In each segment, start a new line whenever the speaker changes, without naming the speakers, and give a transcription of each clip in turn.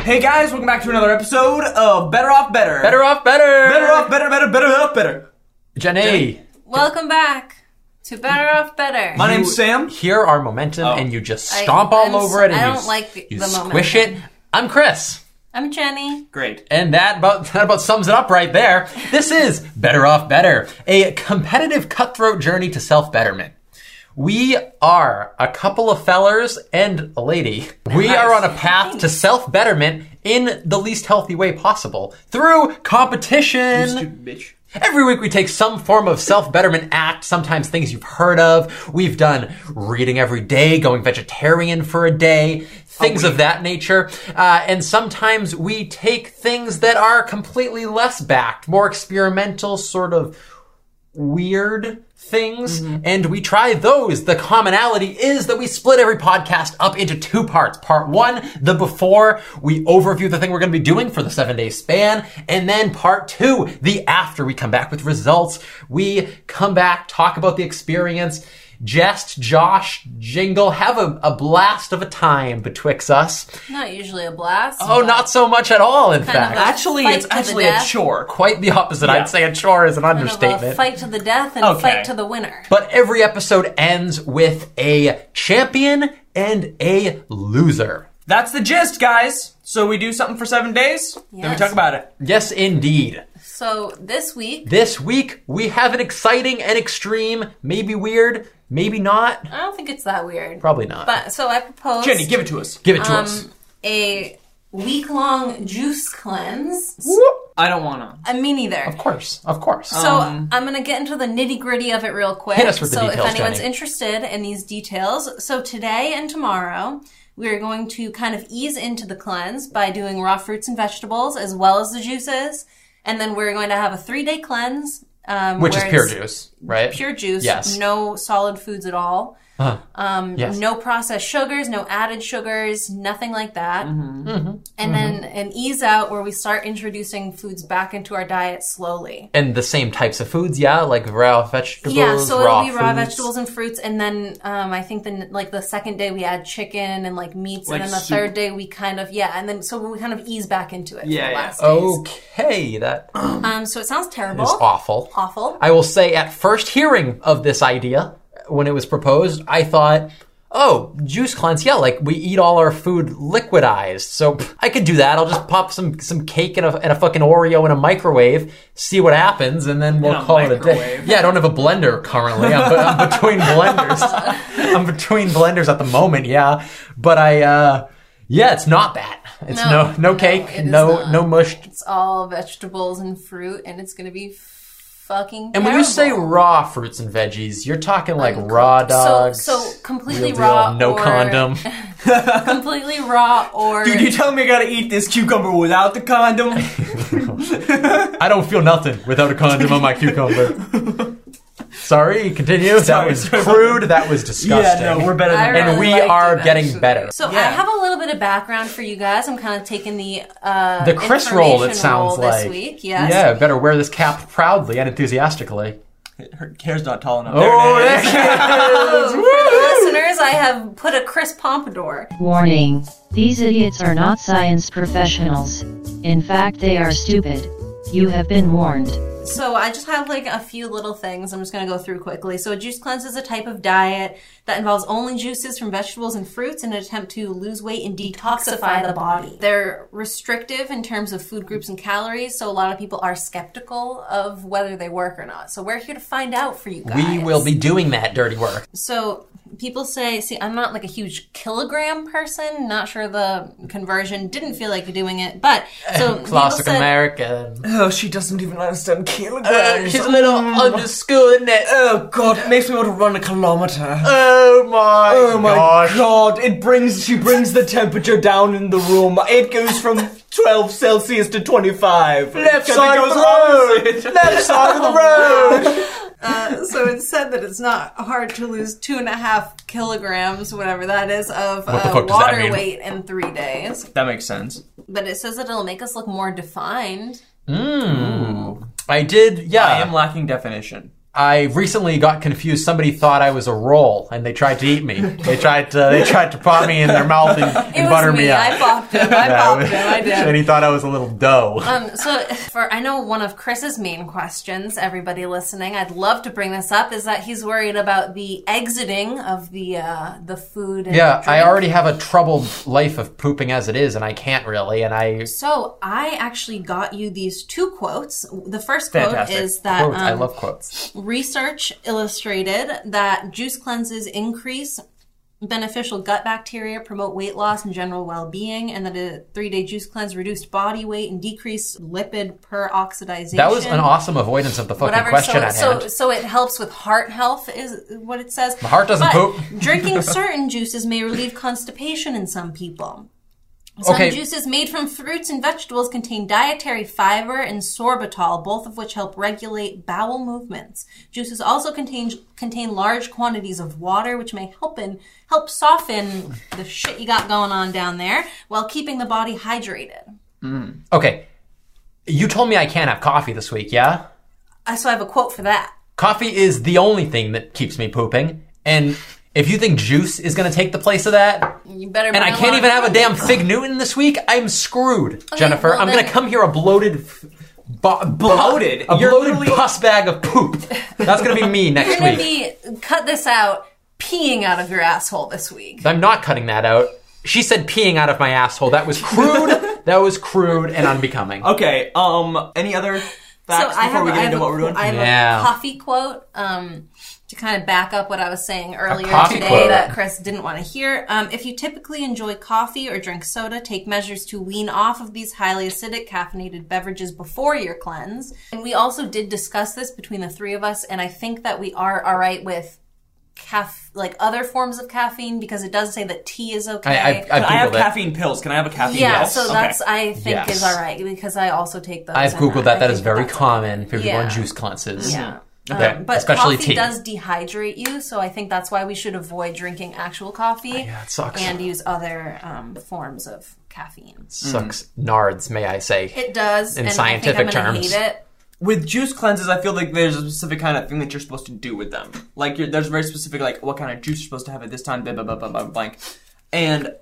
Hey guys, welcome back to another episode of Better Off Better.
Better off, better.
Better Off Better Better Better Off Better.
Jenny,
Welcome back to Better Off Better.
My name's Sam.
Here are momentum, and you just
Oh. I-
stomp
I'm
all
s-
over it, and
I
you,
don't
s-
like the-
you
the
squish
momentum.
it. I'm Chris,
I'm Jenny.
Great.
and that about that about sums it up right there. This is better off, better, a competitive cutthroat journey to self betterment. We are a couple of fellers and a lady. We are on a path to self betterment in the least healthy way possible through competition.
Stupid bitch.
Every week we take some form of self-betterment act, sometimes things you've heard of. We've done reading every day, going vegetarian for a day, things of that nature. Uh, and sometimes we take things that are completely less backed, more experimental, sort of weird things
Mm-hmm.
and we try those the commonality is that we split every podcast up into two parts part one the before we overview the thing we're going to be doing for the seven day span and then part two the after we come back with results we come back talk about the experience jest josh jingle have a, a blast of a time betwixt us
Not usually a blast.
oh
but
not so much at all in
of
fact
a-
Actually,
Fight
it's
to the
actually a
death.
chore.
quite the opposite
Yeah.
i'd say a chore is an
kind of a
understatement
fight to the death and
Okay.
fight to the winner.
But every episode ends with a champion and a loser.
That's the gist, guys. So we do something for seven days, then we
Yes.
talk about it.
Yes, indeed.
So this week,
This week, we have an exciting and extreme, maybe weird, maybe not,
I don't think it's that weird.
probably not.
But um, so I propose
Jenny, give it to us.
Give it to us.
a week long juice cleanse.
I don't wanna.
Uh, me neither.
Of course, of course.
So I'm gonna get into the nitty gritty of it real quick.
Um, Hit us with the
so
details,
if anyone's
Jenny.
interested in these details, so today and tomorrow we are going to kind of ease into the cleanse by doing raw fruits and vegetables as well as the juices, and then we're going to have a three day cleanse, um,
Which is
where
pure
it's
juice, right?
Pure juice,
Yes.
no solid foods at all. Um,
yes.
No processed sugars, no added sugars, nothing like that.
Mm-hmm.
And then an ease out where we start introducing foods back into our diet slowly.
And the same types of foods, yeah, like raw vegetables,
Yeah, so
raw
it'll be raw
foods.
vegetables and fruits, and then um, I think then like the second day we add chicken and like meats,
Like
and then the
soup.
third day we kind of yeah, and then so we kind of ease back into it.
Yeah,
for the
yeah.
last days.
Okay, that is
Um, so it sounds terrible,
Oh. awful.
awful.
I will say, at first hearing of this idea, when it was proposed, I thought, oh, juice cleanse, yeah, like we eat all our food liquidized. So pff, I could do that. I'll just pop some, some cake and a, and a fucking Oreo in a microwave, see what happens, and then we'll
a
call it a day.
microwave.
Yeah, I don't have a blender currently. I'm, I'm between blenders. I'm between blenders at the moment, yeah. But I, uh, yeah, it's not that. It's
No,
no, no,
no,
cake,
it is
no,
not.
no mushed
It's all vegetables and fruit, and it's gonna be fucking.
And when you say
terrible.
raw fruits and veggies, you're talking like
Uncooked.
raw
So-
dogs.
so completely
real deal,
raw
no
or-
condom.
completely raw or
Dude, you tell me I gotta eat this cucumber without the condom?
I don't feel nothing without a condom on my cucumber. Sorry, continue. that
Sorry,
was
sorry.
crude. That was disgusting.
Yeah, no, we're better
I
than
really
And we
liked it,
are getting
actually.
better.
So I
Yeah.
have a little bit of background for you guys. I'm kind of taking the uh,
the Chris roll, it
information
sounds
roll
like.
this week. Yes.
Yeah, better wear this cap proudly and enthusiastically.
Her hair's not tall enough.
oh,
there it is.
For the listeners, I have put a Chris Pompadour.
Warning, these idiots are not science professionals. In fact, they are stupid. You have been warned.
So I just have like a few little things. I'm just going to go through quickly. So a juice cleanse is a type of diet that involves only juices from vegetables and fruits in an attempt to lose weight and detoxify the body. They're restrictive in terms of food groups and calories, so a lot of people are skeptical of whether they work or not. So we're here to find out for you guys.
We will be doing that dirty work.
So people say, see, I'm not like a huge kilogram person. Not sure the conversion. Didn't feel like doing it, but so people
Classic
said- uh,
American.
Oh, she doesn't even understand
Uh,
kilograms.
she's a little
mm.
understood. isn't it?
oh god, it makes me want to run a kilometer.
Oh my
Oh my
gosh.
god, it brings she brings the temperature down in the room. It goes from 12 Celsius to 25.
Left
Because it
side of
goes
the road.
opposite.
Left side of the road.
Uh, so it's said that it's not hard to lose two and a half kilograms, whatever that is, of
the
uh,
fuck does that
water
mean?
weight in three days.
That makes sense.
But it says that it'll make us look more defined.
Hmm. I did, yeah.
I am lacking definition.
I recently got confused. Somebody thought I was a roll, and they tried to eat me. They tried to they tried to pop me in their mouth and, and
It
butter
was me.
me up.
I popped him. I popped him. I did.
And he thought I was a little dough.
Um, so for I know one of Chris's main questions, everybody listening, I'd love to bring this up, is that he's worried about the exiting of the uh, the food. And
yeah, I
drink.
already have a troubled life of pooping as it is, and I can't really. And I
So I actually got you these two quotes. The first quote
Fantastic.
is that
quote, I
um,
love quotes.
research illustrated that juice cleanses increase beneficial gut bacteria, promote weight loss and general well-being, and that a three-day juice cleanse reduced body weight and decreased lipid peroxidation.
That was an awesome avoidance of the fucking question
so,
at
so,
hand.
so it helps with heart health is what it says. My
heart doesn't poop.
drinking certain juices may relieve constipation in some people. Some
Okay.
juices made from fruits and vegetables contain dietary fiber and sorbitol, both of which help regulate bowel movements. Juices also contain contain large quantities of water, which may help in help soften the shit you got going on down there while keeping the body hydrated.
Okay, you told me I can't have coffee this week. Yeah,
Uh, So I have a quote for that.
coffee is the only thing that keeps me pooping. And if you think juice is going to take the place of that,
You better.
And I
bring
can't
along-
even have a damn Fig Newton this week. I'm screwed, Jennifer.
Oh, well
I'm
then-
gonna come here a bloated, f- bo-
Bloated?
a
You're
bloated
literally-
pus bag of poop. That's gonna be me
You're
next
gonna
week.
be cut this out peeing out of your asshole this week.
I'm not cutting that out. She said peeing out of my asshole. That was crude. that was crude and unbecoming.
Okay. Um. Any other facts before we get into
a-
what we're doing?
I have
Yeah.
a coffee quote um, to kind of back up what I was saying earlier
coffee
today
quote.
that Chris didn't want to hear. Um, if you typically enjoy coffee or drink soda, take measures to wean off of these highly acidic caffeinated beverages before your cleanse. And we also did discuss this between the three of us, and I think that we are all right with. Caf- like other forms of caffeine because it does say that tea is okay.
I, I've, I've
I have
googled that.
caffeine pills. Can I have a caffeine
Yeah,
pill?
so
Okay.
that's I think
Yes.
is all right because I also take those.
I've
and
googled that.
I
That is
think
very
that's-
common for people
Yeah.
on juice cleanses.
Yeah.
Okay.
Um, but
Especially
coffee
tea.
does dehydrate you, so I think that's why we should avoid drinking actual coffee
Yeah, it sucks.
and use other um, forms of caffeine.
Sucks nards, may I say.
It does.
In
and I
scientific
think I'm gonna
terms.
hate it.
with juice cleanses, I feel like there's a specific kind of thing that you're supposed to do with them. Like you're, there's very specific like what kind of juice you're supposed to have at this time, blah blah blah blah blah blank, and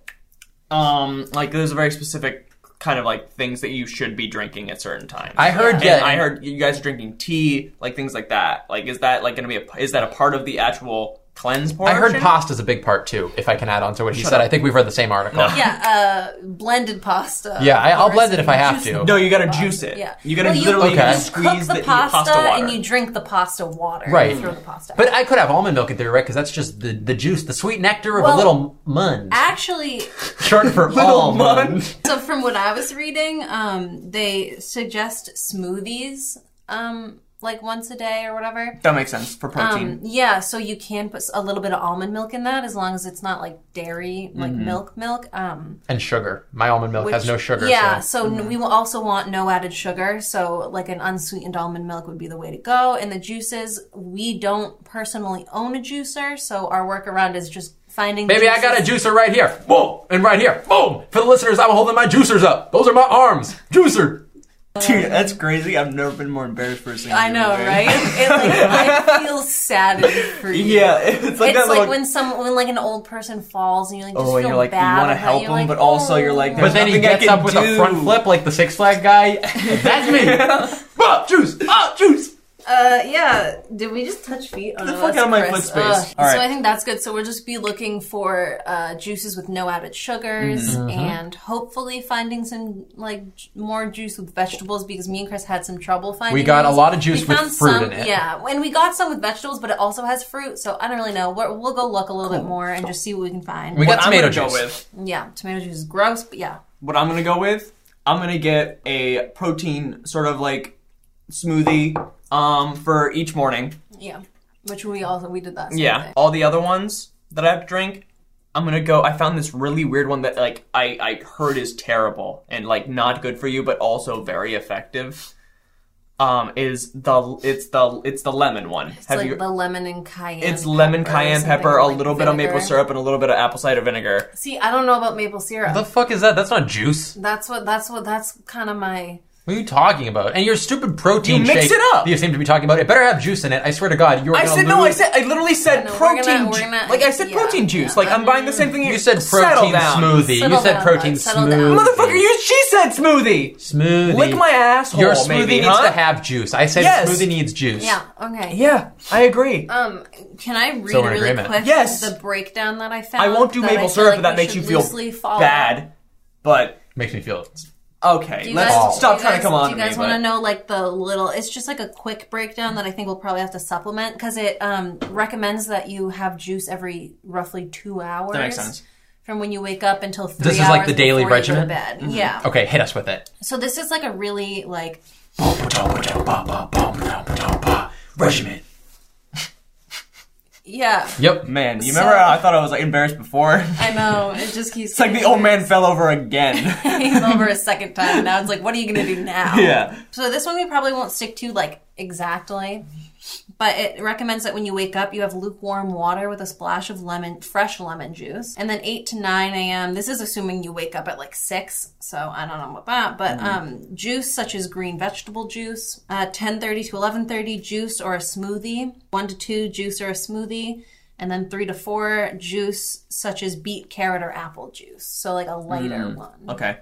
um like there's a very specific kind of like things that you should be drinking at certain times.
I heard
And
yeah.
I heard you guys are drinking tea, like things like that. Like is that like going to be a is that a part of the actual cleanse
I
portion?
heard pasta's a big part too. If I can add on to what he said, I think we've read the same article.
Yeah, uh, blended pasta.
Yeah, I, I'll blend it if I
versus
have to.
No, you gotta juice it.
Yeah.
You gotta
Well,
literally
Okay.
you
you
squeeze
cook
the,
the pasta,
water.
and you drink the pasta water.
Right.
You throw the pasta.
But I could have almond milk in theory, right? Because that's just the, the juice, the sweet nectar of a
Well,
little mund.
actually,
Short for
Little
almond.
mund.
so from what I was reading, um, they suggest smoothies um, like once a day or whatever.
that makes sense for protein.
Um, yeah, so you can put s- a little bit of almond milk in that as long as it's not like dairy, like milk, milk. Um,
And sugar. My almond milk Mm-hmm. has
which-
no sugar.
Yeah,
So. Mm-hmm.
so, n- we will also want no added sugar. So like an unsweetened almond milk would be the way to go. And the juices, we don't personally own a juicer, so our workaround is just finding.
Maybe I got a
juices-
juicer right here. Boom! And right here. Boom! For the listeners, I'm holding my juicers up. Those are my arms. Juicer!
Dude, that's crazy. I've never been more embarrassed for a single
I know,
human being.
right? It, like, I feel sad for you.
Yeah, it's like
It's
that
like
little-
when some when like an old person falls and you like just
Oh, and
feel
you're like, you
bad.
wanna
about "Oh." it.
help
You're
them, but also you're like,
But
There's
then he
nothing I
gets
can
up with a
do.
front flip like the Six Flag guy. That's me! Ah, juice! Ah, juice!
Uh, yeah. Did we just touch feet? Oh,
the
no,
fuck
that's
out of my
Chris.
foot space.
Ugh.
All
So
right.
I think that's good. So we'll just be looking for uh, juices with no added sugars
Mm-hmm. Uh-huh.
and hopefully finding some like j- more juice with vegetables because me and Chris had some trouble finding.
We got a
those.
lot of juice
We
with
found
fruit
some,
in it.
Yeah, and we got some with vegetables, but it also has fruit. So I don't really know. We're, we'll go look a little bit more and just see what we can find.
We
What
got
I'm
tomato
gonna go
juice.
with.
yeah, tomato juice is gross, but yeah.
What I'm gonna go with. I'm gonna get a protein sort of like smoothie um, for each morning.
Yeah. Which we also we did that. same
Yeah.
thing.
All the other ones that I have to drink, I'm gonna go. I found this really weird one that like I I heard is terrible and like not good for you, but also very effective. um, is the it's the it's the lemon one.
It's like the lemon and cayenne.
It's lemon,
pepper or
cayenne
something
pepper, a
like
little bit of maple
vinegar.
syrup, and a little bit of apple cider vinegar.
See, I don't know about maple syrup.
the fuck is that? That's not juice.
that's what. That's what. That's kind of my.
What are you talking about? And your stupid protein
You mix
shake
it up.
that you seem to be talking about. It better have juice in it. I swear to God, you're.
I
gonna
said no. I
lose-
said I literally said
No, we're
protein.
gonna- we're
ju-
gonna-
like I said,
yeah,
protein juice. Like I'm buying the same thing.
You said
Settle
protein
down.
smoothie. you
Settle
said
down,
protein
bud. Settle down.
smoothie.
motherfucker. You she said smoothie.
smoothie.
Lick my asshole.
Your smoothie
maybe,
needs
huh?
to have juice. I said
Yes.
smoothie needs juice.
Yeah. Okay.
Yeah, I agree.
Um, can I read
So we're in
really
agreement.
quick
Yes.
the breakdown that I found?
I won't do
that I
maple
feel
syrup,
like
but that
we
makes you
should
feel
loosely follow?
bad. But
Makes me feel.
okay,
Do you
let's
guys-
stop
do you
trying
guys-
to come on
Do you
to me.
guys want
but-
to know like the little? It's just like a quick breakdown that I think we'll probably have to supplement because it um, recommends that you have juice every roughly two hours.
That makes sense.
From when you wake up until three
This is like
hours
the daily
before you go to
regimen? Mm-hmm.
bed. Yeah.
Okay, hit us with it.
So this is like a really like
Ah,
Regiment.
yeah.
Yep.
Man, you remember how I thought I was like embarrassed before?
I know it just keeps.
It's like the old man fell over again.
came over a second time. Now it's like, what are you gonna do now?
yeah.
So this one we probably won't stick to like exactly, but it recommends that when you wake up, you have lukewarm water with a splash of lemon, fresh lemon juice, and then eight to nine a.m. This is assuming you wake up at like six, so I don't know about
Mm-hmm.
that. But um, juice such as green vegetable juice, uh, ten thirty to eleven thirty juice or a smoothie, one to two juice or a smoothie. And then three to four juice, such as beet, carrot, or apple juice. So like a lighter
Mm.
one.
Okay.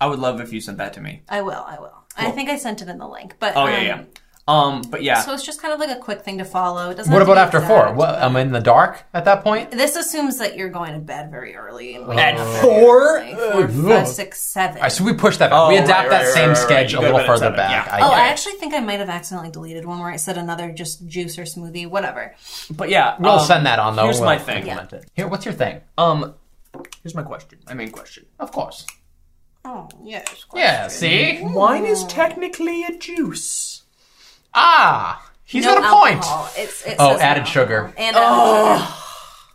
I would love if you sent that to me.
I will. I will. I think I sent it in the link, but
Oh
um,
yeah, yeah. Um, but yeah.
So it's just kind of like a quick thing to follow. It doesn't.
What
have to
about
be
after four?
exact.
What, I'm in the dark at that point.
This assumes that you're going to bed very early. And
At
waking up very
four?
early. Four, five, six, seven.
All right, so we push that back.
Oh,
we
right,
adapt
right,
that
right,
same
right, right.
sketch
You
a
go to
little
bed at
further
seven,
back.
yeah.
I
Oh,
get
I
it.
actually think I might have accidentally deleted one where I said another just juice or smoothie, whatever.
but yeah,
We'll
um,
send that on though.
Here's
We'll
my thing.
implement it. Here, what's your thing?
Um, here's my question. My main question.
Of course.
Oh yes.
Yeah. See.
Wine is technically a juice.
Ah, he's got a point.
point. It's, it
Oh,
says
added
no.
sugar.
And oh.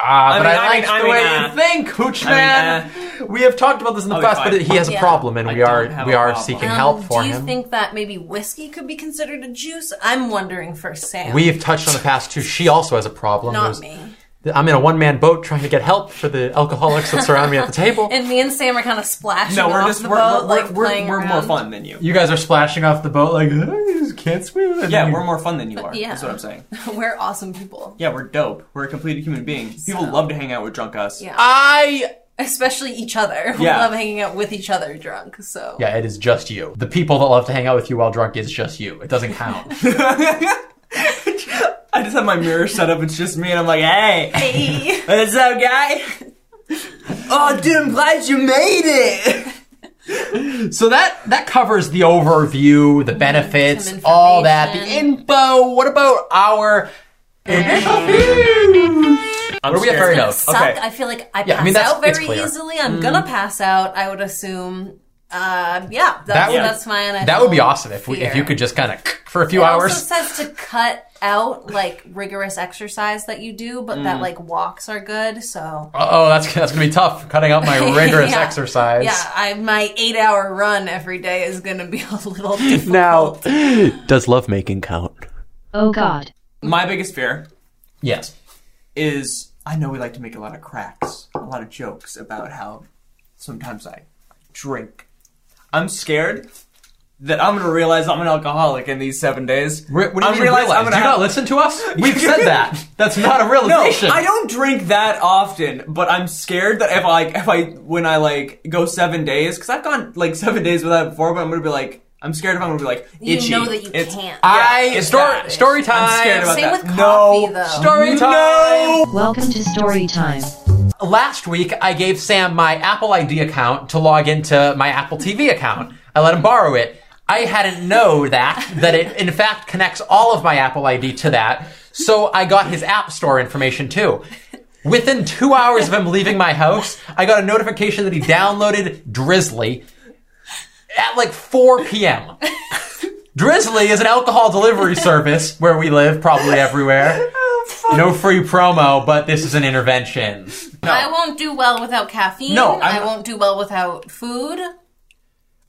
Ah, but
mean,
I,
I mean,
like
I
the
mean,
way
uh,
you think, Hooch
I mean,
man. we have talked about this in the
I'll be
past, but
fine.
he has a
Yeah. Um,
problem, and
I
we are
don't have
we
a
are
problem.
seeking help for
do you
him.
think that maybe whiskey could be considered a juice? I'm wondering for Sam.
We've touched on the past too. She also has a problem.
not
There's-
me.
I'm in a one man boat trying to get help for the alcoholics that surround me at the table.
And me and Sam are kind of splashing
No, we're
off
just
the
we're
boat,
we're,
like
we're,
playing
we're, we're more
around.
fun than you.
You guys are splashing off the boat like, "Ah, I just can't swim. And
Yeah,
then
we're
you-
more fun than you are.
yeah.
That's what I'm saying.
we're awesome people.
Yeah, we're dope. We're a completed human being. People love to hang out with drunk us.
Yeah.
I.
Especially each other. We
Yeah.
love hanging out with each other drunk. So
Yeah, it is just you. The people that love to hang out with you while drunk is just you. It doesn't count.
I just have my mirror set up. It's just me, and I'm like, hey,
Hey.
what's up, guy? oh, dude, I'm glad you made it.
so that that covers the overview, the benefits,
Mm, some
all that, the
information.
info. What about our?
I'm
What are we afraid
scared.
of?
suck.
Okay.
I feel like I pass
Yeah, I mean, that's- Mm-hmm.
out
it's
very
clear.
easily. I'm gonna pass out, I would assume. Uh, yeah, that's,
That would-
that's mine. I
That would be
feel
awesome if we, if
fear.
you could just kind of for a few
It
hours.
also says to cut out like rigorous exercise that you do, but
Mm.
that like walks are good. So
oh, that's that's gonna be tough. Cutting out my rigorous
Yeah.
exercise.
yeah, I my eight hour run every day is gonna be a little difficult.
does lovemaking count?
Oh god.
My biggest fear
Yes.
is I know we like to make a lot of cracks, a lot of jokes about how sometimes I drink. I'm scared that I'm gonna realize I'm an alcoholic in these seven days.
Re- what do you
I'm
mean
realize
realize?
I'm gonna
do you
have-
not listen to us? We've said that. That's not a realization.
No, I don't drink that often, but I'm scared that if I if I when I like go seven days, because I've gone like seven days without it before, but I'm gonna be like. I'm scared if I'm gonna be like
You
itchy.
know that you
It's-
can't.
I
Yeah, it's
story
that.
story time.
I'm scared about
Same
that.
with
no
coffee, though.
Story time.
No.
Welcome to story time.
Last week, I gave Sam my Apple ID account to log into my Apple TV account. I let him borrow it. I hadn't know that that it in fact connects all of my Apple ID to that. So I got his App Store information too. Within two hours of him leaving my house, I got a notification that he downloaded Drizzly at like 4 p.m. Drizzly is an alcohol delivery service where we live, probably everywhere. No free promo, but this is an intervention.
I won't do well without caffeine.
No,
I
I'm-
won't do well without food.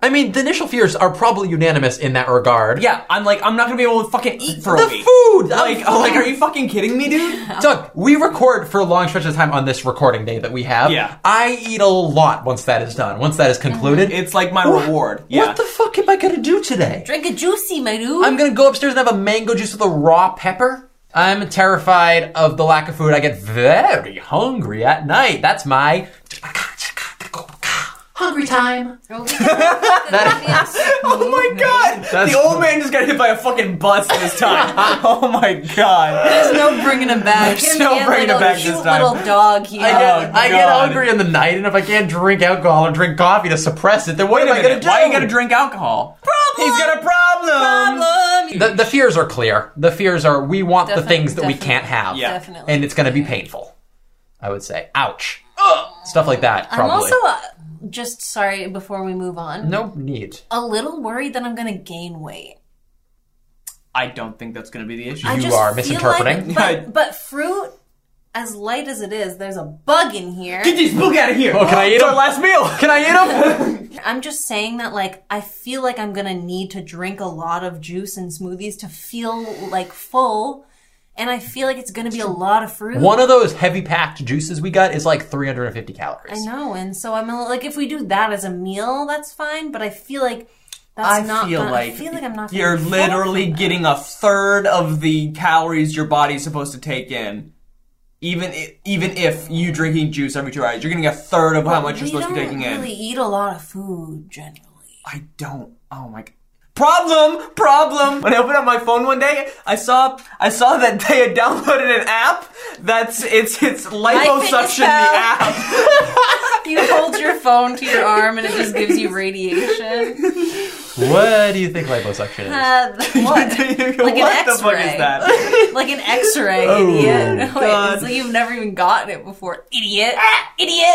I mean, the initial fears are probably unanimous in that regard.
Yeah, I'm like, I'm not gonna be able to fucking eat for
The
a week.
food! I'm
Like, oh,
fucking-
like, are you fucking kidding me, dude?
Doug, we record for long stretches of time on this recording day that we have.
Yeah.
I eat a lot once that is done, once that is concluded.
It's like my reward. Mm-hmm. Yeah.
What the fuck am I gonna do today?
Drink a juicy, my dude.
I'm gonna go upstairs and have a mango juice with a raw pepper. I'm terrified of the lack of food. I get very hungry at night. That's my hungry time.
Oh, we can- yes.
Oh my god!
That's-
the old man just got hit by a fucking bus this time. oh my god.
There's no bringing him back.
There's
Here's
no
the
bringing him
little
back
cute
this time.
little dog here.
I get,
Oh,
I get
God.
hungry in the night, and if I can't drink alcohol or drink coffee to suppress it, then what
Wait a
am I gonna
minute.
do?
Why you gotta drink alcohol?
Problem!
He's got a problem.
problem.
The, the fears are clear. The fears are we want the
Definitely,
things that we
definitely.
can't have.
Yeah.
Definitely.
And it's going to be painful, I would say. Ouch. Stuff like that,
I'm
probably.
also uh, just sorry before we move on.
no need.
A little worried that I'm going to gain weight.
I don't think that's gonna be the issue.
I
You
just
are
feel like-
misinterpreting.
Yeah.
but, but fruit, as light as it is, there's a bug in here.
Get this book out of here.
Oh, can I eat
it's our
him?
last meal.
Can I eat them?
I'm just saying that, like, I feel like I'm gonna need to drink a lot of juice and smoothies to feel like full, and I feel like it's gonna be a lot of fruit.
One of those heavy packed juices we got is like 350 calories.
I know, and so I'm a little- like, if we do that as a meal, that's fine. But I feel like that's
I
not.
feel
gonna-
like
I feel like I'm not. gonna
You're
be full.
literally getting a third of the calories your body's supposed to take in. Even i- even if you drinking juice every two hours, you're getting a third of how much you're
We
supposed to
don't
be taking in.
really eat a lot of food generally.
I don't. Oh my. g- Problem, problem. When I opened up my phone one day, I saw I saw that they had downloaded an app that's it's it's liposuction the
Pal.
app.
You hold your phone to your arm, and it just gives you radiation.
What do you think liposuction is?
Uh, what?
what
Like an
the fuck is
X-ray.
that?
like an X-ray,
Oh,
idiot. No,
God.
it's like you've never even gotten it before, idiot. Ah, idiot.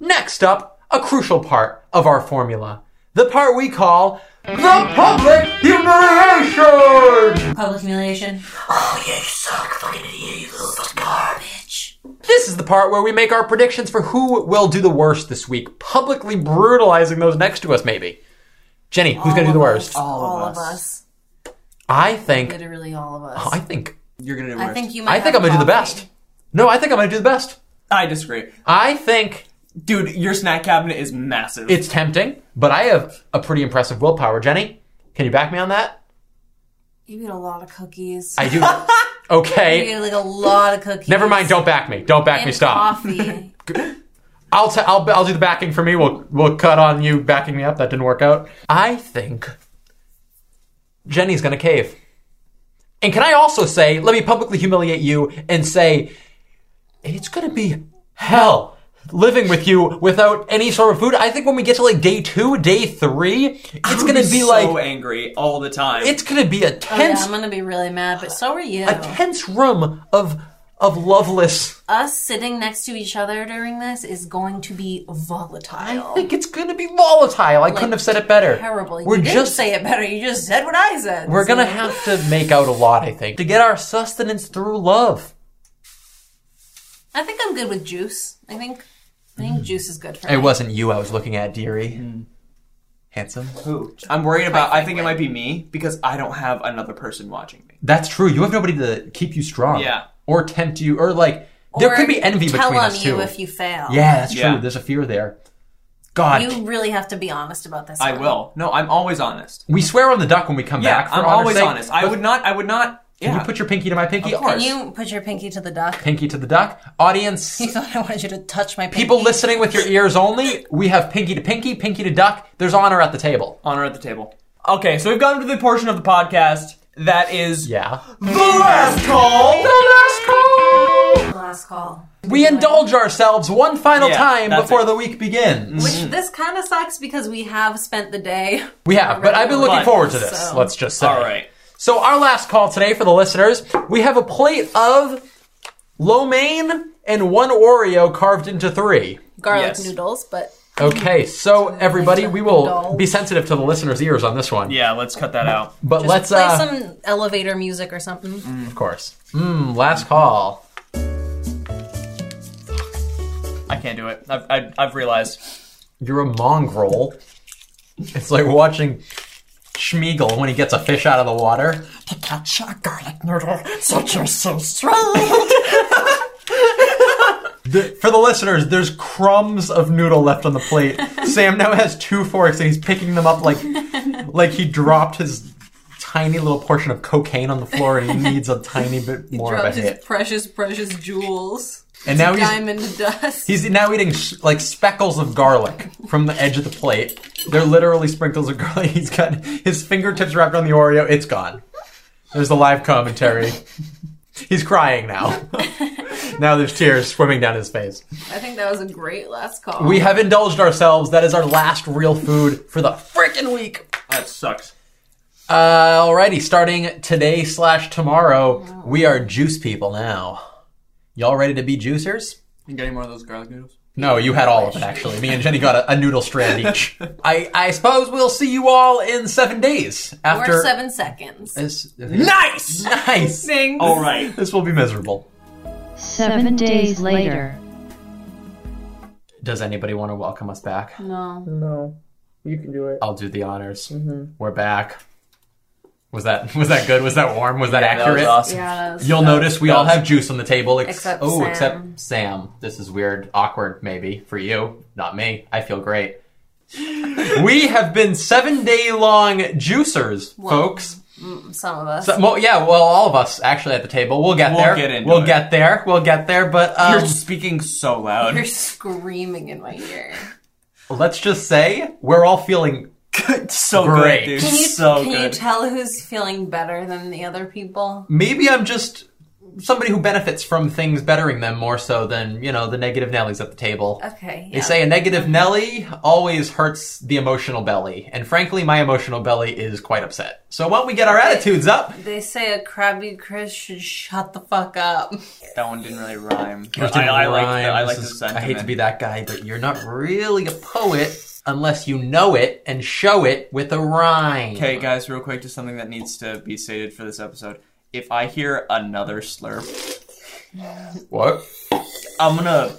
Next up, a crucial part of our formula. The part we call the public humiliation!
Public humiliation.
This is the part where we make our predictions for who will do the worst this week, publicly brutalizing those next to us, maybe. Jenny, who's going to do the worst?
All,
All
of
of
us.
us.
I think.
Literally all of us.
Oh, I think.
You're gonna do worse.
I think you might.
I think I'm going to do the best. No, I think I'm going to do the best.
I disagree,
I think
dude. Your snack cabinet is massive.
it's tempting, but I have a pretty impressive willpower. Jenny, can you back me on that?
You eat a lot of cookies.
I do.
you
Okay.
eat like a lot of cookies.
Never mind. Don't back me. Don't back
And
me. Stop.
Coffee. Oh,
I'll, t- I'll I'll do the backing for me. We'll we'll cut on you backing me up. That didn't work out. I think Jenny's gonna cave. And can I also say, let me publicly humiliate you and say, it's gonna be hell living with you without any sort of food. I think when we get to like day two, day three, it's gonna be
so
like
angry all the time.
it's gonna be a
Oh, yeah,
tense
I'm gonna be really mad, but so are you.
a tense room of of loveless.
Us sitting next to each other during this is going to be volatile.
I think it's gonna be volatile. I couldn't have said it better.
Terrible.
We're
you
just
didn't say it better. You just said what I said.
We're gonna
So-
have to make out a lot, I think, to get our sustenance through love.
I think I'm good with juice. I think. I think juice is good for
It
me.
wasn't you I was looking at, dearie. Handsome.
Who? I'm worried about. I think it might be me because I don't have another person watching me.
That's true. You have nobody to keep you strong.
Yeah.
Or tempt you, or like there
Or
could be envy
tell
between
on
us
you
too.
if you fail.
yeah, that's
Yeah.
true. There's a fear there. God,
You really have to be honest about this.
I
one.
will. No, I'm always honest.
we swear on the duck when we come
Yeah,
back. For
I'm
honor's
always
sake.
honest. I
But
would not. I would not. Yeah.
Can you put your pinky to my pinky?
Of course.
You put your pinky to the duck.
Pinky to the duck. Audience,
You thought I wanted you to touch my pinky.
people listening with your ears only. We have pinky to pinky, pinky to duck. There's honor at the table.
honor at the table. Okay, so we've gotten to the portion of the podcast that is
Yeah.
the last call.
Last call.
We indulge ourselves one final
Yeah,
time
that's
before
it. Mm-hmm.
the week begins.
Which
Mm.
this kind of sucks because we have spent the day.
We have, but I've been looking
But-
forward to this.
so-
Let's just say.
All right.
So our last call today for the listeners, we have a plate of lo mein and one Oreo carved into three.
garlic
Yes.
noodles, but
Okay, so everybody, we will be sensitive to the listeners' ears on this one.
Yeah, let's cut that out.
But let's
play
uh,
some elevator music or something.
of course. Mm, last call.
I can't do it. I've, I've, I've realized.
You're a mongrel. It's like watching Schmeagle when he gets a fish out of the water.
To catch a garlic noodle, such are so strong.
The- for the listeners, there's crumbs of noodle left on the plate. Sam now has two forks and he's picking them up like like he dropped his tiny little portion of cocaine on the floor and he needs a tiny bit more of a
Dropped his
hit.
precious, precious jewels.
And now he's
Diamond dust.
He's now eating sh- like speckles of garlic from the edge of the plate. They're literally sprinkles of garlic. He's got his fingertips wrapped on the Oreo. It's gone. There's the live commentary. He's crying now. now there's tears swimming down his face.
I think that was a great last call.
We have indulged ourselves. That is our last real food for the frickin' week.
that sucks.
Uh, alrighty, starting today slash tomorrow, we are juice people now. Y'all ready to be juicers?
You got any more of those garlic noodles?
No, you had all of it actually. Me and Jenny got a, a noodle strand each. I, I suppose we'll see you all in seven days after.
Or seven seconds.
This-
Nice.
nice.
Things.
All right.
This will be miserable.
Seven days later.
Does anybody want to welcome us back?
No.
No, you can do it.
I'll do the honors. We're back. Was that was that good? Was that warm? Was that
That
accurate?
was awesome.
Yeah. that's-
You'll notice we
that
all
was-
have juice on the table. Ex-
Except
oh,
Sam.
except Sam. This is weird, awkward, maybe for you, not me. I feel great. we have been seven day long juicers, folks.
Some of us.
So, well, yeah, well, all of us actually at the table. We'll get
We'll
there.
get into
we'll
it.
get there. We'll get there. But um,
You're speaking so
You're
loud.
screaming in my ear.
let's just say we're all feeling.
so
Great.
good, dude.
Can you,
so
can you
good.
tell who's feeling better than the other people?
Maybe I'm just somebody who benefits from things bettering them more so than you know the negative Nellies at the table.
Okay.
They say a negative Nelly always hurts the emotional belly, and frankly, my emotional belly is quite upset. So why don't we get our attitudes up?
They say a crabby Chris should shut the fuck up.
that one didn't really rhyme. But I, I like. the- I like the
This is-
sentiment.
I hate to be that guy, but you're not really a poet unless you know it and show it with a rhyme.
Okay, guys, real quick, just something that needs to be stated for this episode. If I hear another slurp,
What?
I'm gonna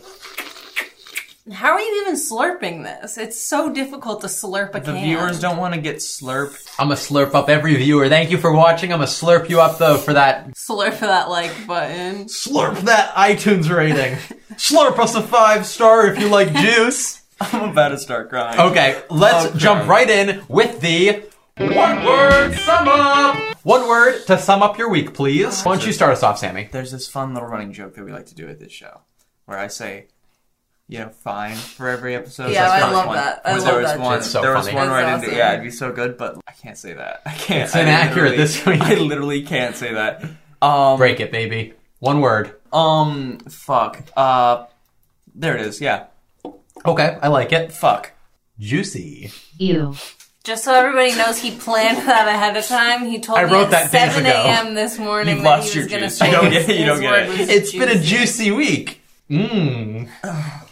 How are you even slurping this? It's so difficult to slurp a
The
can.
viewers don't want to get slurped.
I'm gonna slurp up every viewer. Thank you for watching. I'm gonna slurp you up though for that.
slurp that like button.
Slurp that iTunes rating. slurp us a five star if you like juice.
I'm about to start crying.
Okay, let's
Okay.
jump right in with the one word sum up. One word to sum up your week, please. Why don't you start us off, Sammy?
There's this fun little running joke that we like to do at this show where I say, you know, fine for every episode.
Yeah,
That's
I
kind of
love
one.
that. I
Where
love
there was
that
One,
joke.
It's so
there was
funny.
one where
That's
I didn't do
awesome.
Yeah, it'd be so good, but I can't say that. I can't.
It's
I
inaccurate
literally-
this week.
I literally can't say that. Um,
Break it, baby. One word.
Um, fuck. Uh, there it is. Yeah.
Okay, I like it.
Fuck.
Juicy.
You.
Just so everybody knows, he planned that ahead of time. He told
I
me
wrote that
at
days
7
ago.
a.m. this morning
You've
that
lost
he was
your
going to
juice.
say
You don't
his-
get it, you don't
his
get
word
it.
was
It's been a
juicy.
juicy week. Mmm.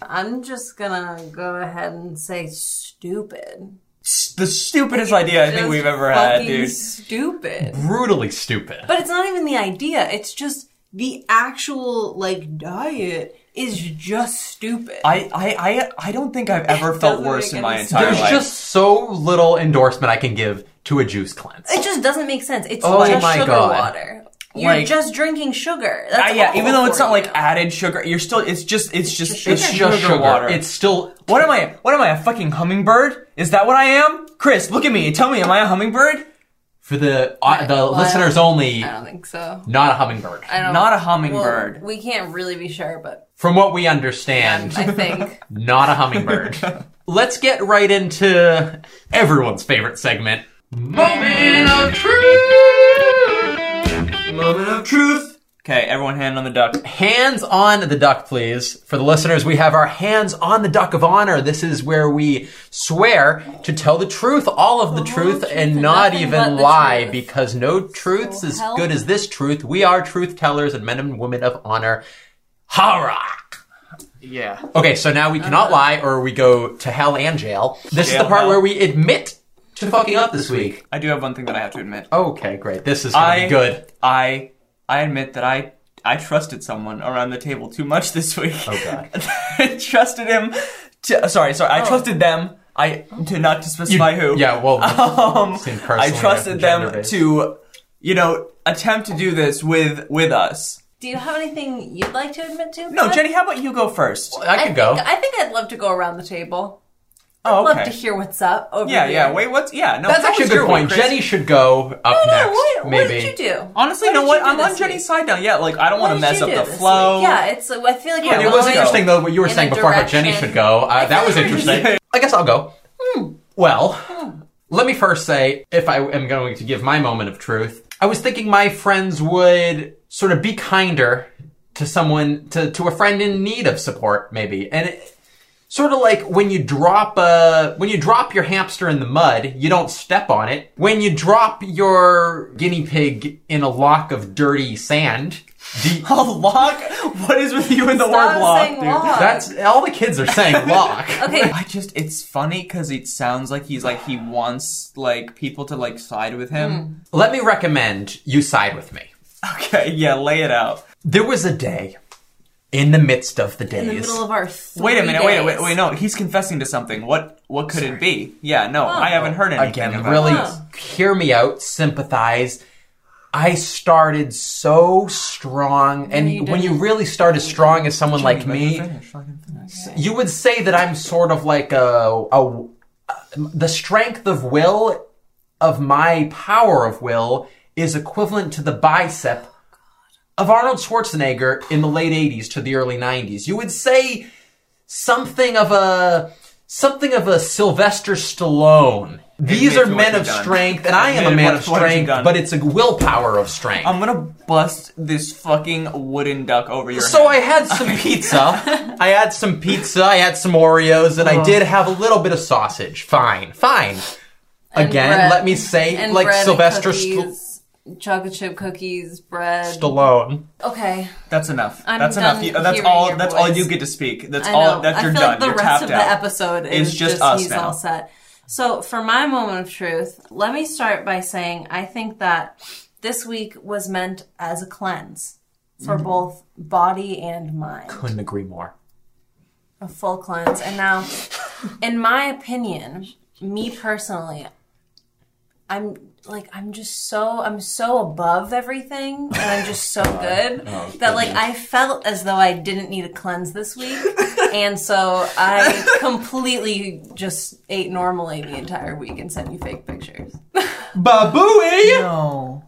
I'm just gonna go ahead and say stupid.
S- The stupidest idea I think
Just
we've ever had,
fucking
dude.
Stupid.
Brutally stupid.
But it's not even the idea. It's just the actual like diet is just stupid.
I, I, I, I don't think I've ever felt
doesn't
worse
make
in
any
my
sense.
entire
There's
life.
just so little endorsement I can give to a juice cleanse.
it just doesn't make sense. It's
Oh
just
my
sugar
God.
water. You're
Like-
just drinking sugar. That's
Uh, yeah,
awful
even though it's
for
not like
you.
added sugar, you're still. It's just. It's just. It's,
It's just sugar.
water.
It's still
what am I? What am I? A fucking hummingbird? Is that what I am? Chris, look at me. Tell me, am I a hummingbird?
for the uh, the listeners only.
I don't think so.
Not a hummingbird.
I don't.
Not a
well,
hummingbird.
we can't really be sure, but
From what we understand,
I think
not a hummingbird. Let's get right into everyone's favorite segment. Moment of truth. Moment of truth.
Okay, everyone, hand on the duck.
Hands on the duck, please. For the listeners, we have our hands on the duck of honor. This is where we swear to tell the truth, all of the, truth, and not
nothing
even
but the
lie,
truth.
because no truth's as
help
good as this truth. We are truth tellers and men and women of honor. Hara!
Yeah.
Okay, so now we cannot lie or we go to hell and jail. This is
Jail,
the part
hell.
where we admit to fucking up this week.
I do have one thing that I have to admit.
Okay, great. This is gonna
I-
be good.
I, I admit that I, I trusted someone around the table too much this week.
Oh, God.
Oh.
I trusted him. To, sorry, sorry. I trusted them I did not to specify who.
Yeah, well,
Um,
Same person,
I trusted
yeah,
them
gender-based.
to, you know, attempt to do this with with us.
Do you have anything you'd like to admit to?
No,
Pat?
Jenny, how about you go first?
I could go.
I think I'd love to go around the table.
Oh,
Love to
okay.
hear what's up. Over
Yeah,
here.
yeah. Wait, what's yeah? No,
That's
what
actually a
was
good
your
point.
week, Chris?
Jenny should go up
No, no,
next.
what, what
maybe.
did you do?
Honestly,
What
you know
did
what?
do
I'm on
this
Jenny's
week?
side now. Yeah, like I don't
What
want to
did
mess
you
up
do
the
this week?
flow.
Yeah, it's. I feel like
Yeah,
we're
It was
Well,
going-
interesting though what you were
in
saying
a
before about Jenny
direction- Hmm.
should go. Uh,
I
that
feel
was
like-
interesting. I guess I'll go. Well, let me first say if I am going to give my moment of truth, I was thinking my friends would sort of be kinder to someone to to a friend in need of support maybe. And it, sort of like when you drop a when you drop your hamster in the mud, you don't step on it. When you drop your guinea pig in a lock of dirty sand, do
A lock? What is with you and the
Stop
word lock,
saying
dude?
lock.
that's all the kids are saying lock.
Okay,
I just it's funny because it sounds like he's like he wants like people to like side with him.
Let me recommend you side with me.
Hmm.
Okay, yeah, lay it out.
There was a day in the midst of the days.
in the middle of our. Three
Wait a minute,
days.
wait, wait, wait, no, he's confessing to something. What what could it be? Yeah,
Oh.
no, I haven't heard anything.
Again,
about
really
this.
hear me out, sympathize. I started so strong, and
you
when you
didn't.
really start as strong as someone
Let
like
him
me,
finish, let him finish.
you would say that I'm sort of like a, a the strength of will of my power of will is equivalent to the bicep of Arnold Schwarzenegger in the late 80s to the early 90s. You would say something of a something of a Sylvester Stallone. These
Admit to
are men
what
of
you've done.
strength, and I am a
Admit
man
what-
of
what you've
strength,
done.
but it's a willpower of strength.
I'm gonna bust this fucking wooden duck over your
So I
head.
had some pizza. I had some pizza. I had some Oreos, and I
Oh.
did have a little bit of sausage. Fine, fine. Again,
bread.
let me say,
And
like
bread and
Sylvester St-
cookies, chocolate chip cookies, bread.
Stallone.
okay,
That's enough.
I'm
that's enough.
done
You- uh, that's
hearing
all.
your
That's
voice.
all you get to speak. That's
I know.
all. That you're
I feel
done.
like the
you're
rest
tapped
of
out.
the episode is
It's just
just,
us
he's
now.
all set. So for my moment of truth, let me start by saying I think that this week was meant as a cleanse for
Mm-hmm.
both body and mind,
Couldn't agree more.
a full cleanse. And now, in my opinion, me personally, I'm like I'm just so I'm so above everything and I'm just so
Oh,
good that like I felt as though I didn't need a cleanse this week and so I completely just ate normally the entire week and sent you fake pictures.
Babooey.
No.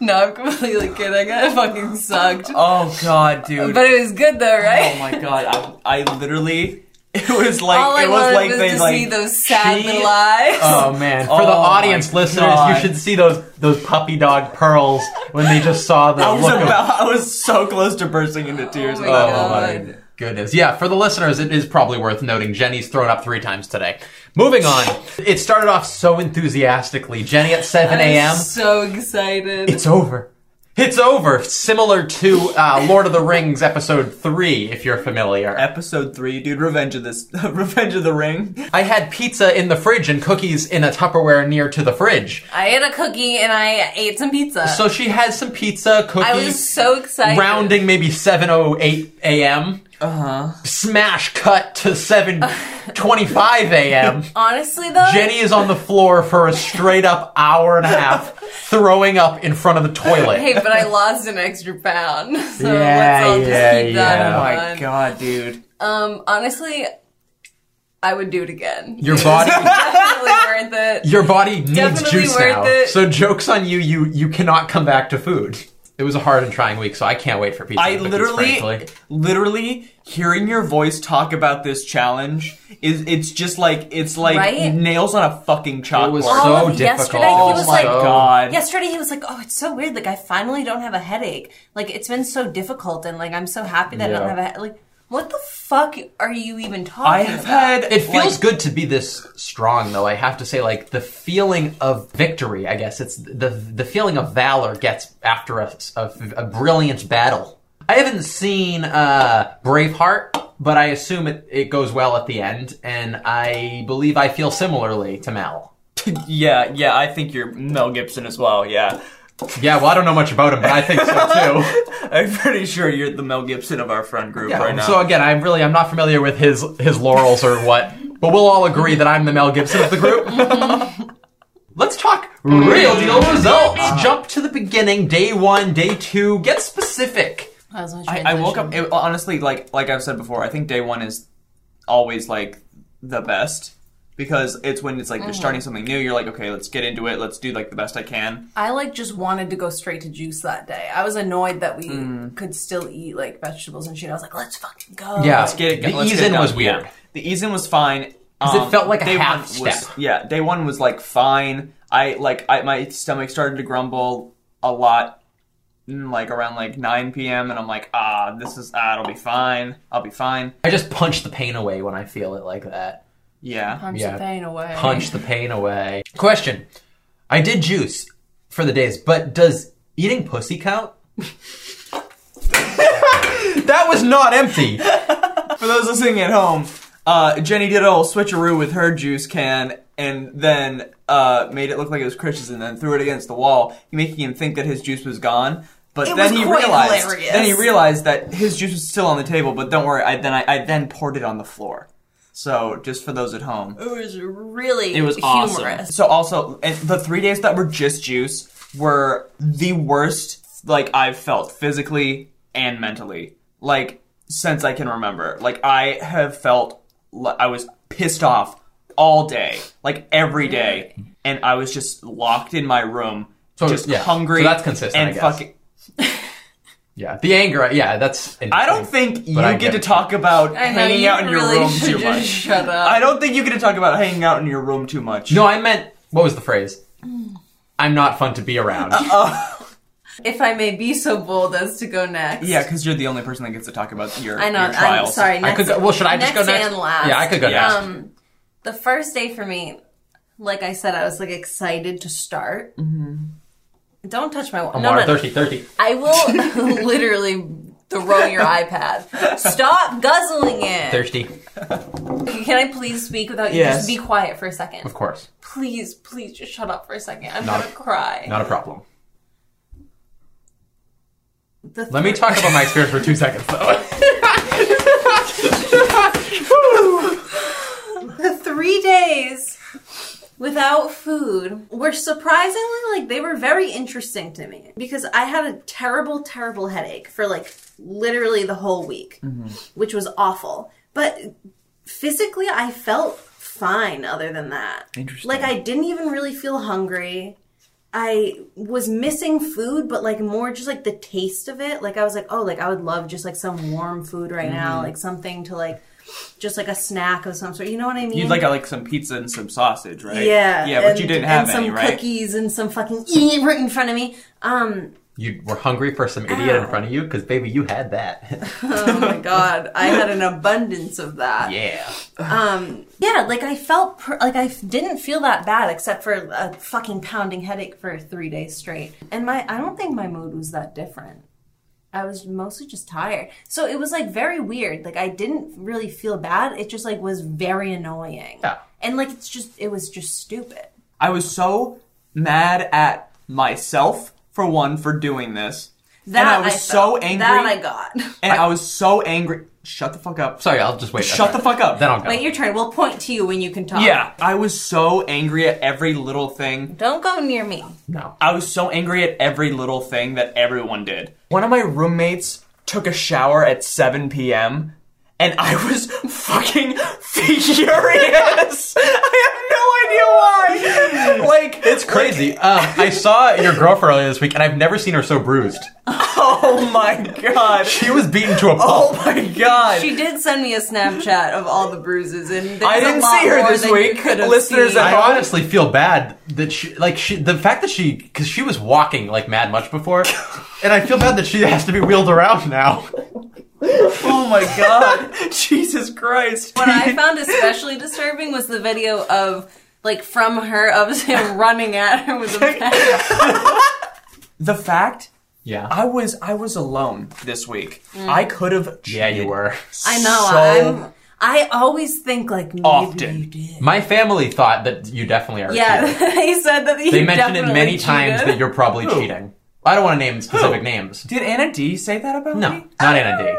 No, I'm completely kidding. I fucking sucked.
Oh god, dude.
But it was good though, right?
oh my god. I, I literally. It was like
All I
it was
wanted
like
was
they
to
like
see those sad
she-
little eyes.
Oh man! For
Oh,
the audience
my
listeners,
God.
you should see those those puppy dog pearls when they just saw the
I was
look of
about. I was so close to bursting into tears.
my
about
Oh my
God.
goodness. Yeah, for the listeners, it is probably worth noting Jenny's thrown up three times today. Moving on. It started off so enthusiastically. Jenny at 7 a.m.
I'm so excited.
It's over. It's over. Similar to uh, Lord of the Rings episode three, if you're familiar.
Episode three, dude. Revenge of this. Revenge of the Ring.
I had pizza in the fridge and cookies in a Tupperware near to the fridge.
I ate a cookie and I ate some pizza.
So she has some pizza, cookies.
I was so excited.
rounding maybe 7:08 a.m.
Uh-huh.
Uh huh.
Smash cut to 7:25 a.m.
Honestly, though,
Jenny is on the floor for a straight up hour and a half, throwing up in front of the toilet.
Hey, but I lost an extra pound, so
Yeah,
let's all just
yeah,
Oh
keep
yeah.
that
my
in mind.
god, dude.
Um, honestly, I would do it again.
Your body,
definitely worth it.
your body needs
Definitely
juice
worth
now.
it.
So jokes on you. You you cannot come back to food. It was a hard and trying week, so I can't wait for pizza.
I
and cookies,
literally,
frankly.
literally hearing your voice talk about this challenge is it's just like it's like
Right?
nails on a fucking chalkboard.
it was
All
so
of
difficult.
yesterday, he
oh
was
my
like-
god.
Yesterday he was like, "Oh, it's so weird. Like I finally don't have a headache. Like it's been so difficult, and like I'm so happy that I
Yeah.
don't have a he- like." What the fuck are you even talking
I have
about?
had
It feels
like,
good to be this strong, though. I have to say, like the feeling of victory. I guess it's the the feeling of valor gets after a, a, a brilliant battle. I haven't seen uh, Braveheart, but I assume it, it goes well at the end, and I believe I feel similarly to Mel.
Yeah, yeah. I think you're Mel Gibson as well. Yeah,
Yeah, well, I don't know much about him, but I think so too.
I'm pretty sure you're the Mel Gibson of our friend group
Yeah,
right now.
So again, I'm really I'm not familiar with his his laurels or what But we'll all agree that I'm the Mel Gibson of the group.
Mm-hmm.
Let's talk real deal results. Jump to the beginning, day one, day two. Get specific.
That was my
I, I woke
transition.
up it, honestly like like I've said before. I think day one is always like the best because it's when it's like you're starting something new. You're like, okay, let's get into it. Let's do like the best I can.
I like just wanted to go straight to juice that day. I was annoyed that we
Mm.
could still eat like vegetables and shit. I was like, let's fucking go.
Yeah.
Let's get it.
The
let's
ease
get it
in
done.
was weird.
The ease in was fine.
'Cause it felt like a
day
half
one was-
step.
yeah, day one was like fine. I like I my stomach started to grumble a lot, mm, like around like 9 p.m. and I'm like, ah, this is ah, it'll be fine. I'll be fine.
I just punch the pain away when I feel it like that.
Yeah.
Punch
Yeah.
the pain away.
Punch the pain away. Question: I did juice for the days, but does eating pussy count? that was not empty.
For those listening at home, uh, Jenny did a little switcheroo with her juice can and then uh, made it look like it was Chris's and then threw it against the wall, making him think that his juice was gone. But
It
then
was
he
quite
realized
hilarious.
then he realized that his juice was still on the table, but don't worry, I then I, I then poured it on the floor. So just for those at home.
It was really
It was awesome.
humorous.
So also and the three days that were just juice were the worst like I've felt physically and mentally. Like since I can remember. Like I have felt li- I was pissed off all day, like every day, and I was just locked in my room,
So,
just
yeah.
hungry.
So that's consistent,
And
I guess.
fucking.
Yeah, the anger. Yeah, that's.
I don't think you
I
get
get
to
it.
talk about
I know,
hanging
you
out in your
really
room
should
too
just
much.
Shut up.
I don't think you get to talk about hanging out in your room too much.
No, I meant what was the phrase? I'm not fun to be around.
Uh, if I may be so bold as to go next.
Yeah, because you're the only person that gets to talk about your,
I know.
your trials.
I'm sorry.
I
Next,
could go, well, should I just go next?
and last.
Yeah, I could go
Yeah.
next.
Um, the first day for me, like I said, I was like excited to start.
Mm-hmm.
Don't touch my water.
I'm
No,
water
no,
thirsty, thirsty.
I will literally throw your iPad. Stop guzzling it.
Thirsty,
Can I please speak without you?
Yes.
Just be quiet for a second.
of course.
Please, please, just shut up for a second. I'm
Not
gonna
a-
cry.
Not a problem.
The
Let me
thir-
talk about my experience for two seconds, though.
the three days without food were surprisingly like they were very interesting to me because I had a terrible, terrible headache for like literally the whole week,
Mm-hmm.
which was awful. But physically, I felt fine other than that.
Interesting.
Like, I didn't even really feel hungry. I was missing food, but like more just like the taste of it. Like I was like, oh, like I would love just like some warm food right now,
Mm-hmm.
like something to like, just like a snack of some sort. You know what I mean?
You'd like a, like some pizza and some sausage, right?
Yeah.
Yeah, but
and-
you didn't have
and
any,
some
right?
cookies and some fucking E right in front of me. Um,
you were hungry for some idiot in front of you because, baby, you had that.
oh my god, I had an abundance of that.
yeah.
Um, yeah, like I felt pr- like I f- didn't feel that bad except for a fucking pounding headache for 3 days straight. And my I don't think my mood was that different. I was mostly just tired. So it was like very weird. Like I didn't really feel bad. It just like was very annoying.
Yeah.
And like it's just it was just stupid.
I was so mad at myself for one for doing this, and I was so
felt.
angry.
That I got.
and I was so angry. Shut the fuck up.
Sorry, I'll just wait.
Shut the fuck up.
Then I'll go.
Wait your turn. We'll point to you when you can talk.
yeah, I was so angry at every little thing.
Don't go near me.
no.
I was so angry at every little thing that everyone did. One of my roommates took a shower at 7 p.m. and I was fucking furious. I have no idea why. Like
It's crazy. Um, I saw your girlfriend earlier this week, and I've never seen her so bruised.
oh my god.
She was beaten to a
Oh
pulp.
my god.
She did send me a Snapchat of all the bruises, and
I didn't see her this week. Listeners at
I
home-
honestly feel bad that she, like, she, the fact that she, because she was walking like mad much before, and I feel bad that she has to be wheeled around now.
Oh my god. Jesus Christ.
What I found especially disturbing was the video of like from her of him running at her with a bat.
The fact
Yeah.
I was I was alone this week. I could have
yeah, you were.
I know.
So
I'm. I always think like maybe
Often.
you did.
My family thought that you definitely are.
Yeah,
cheating.
he said that he
They mentioned it
definitely
many times
cheated.
that you're probably
Who?
cheating. I don't want to name specific names.
Did Anna D say that about
No,
me?
not Anna D.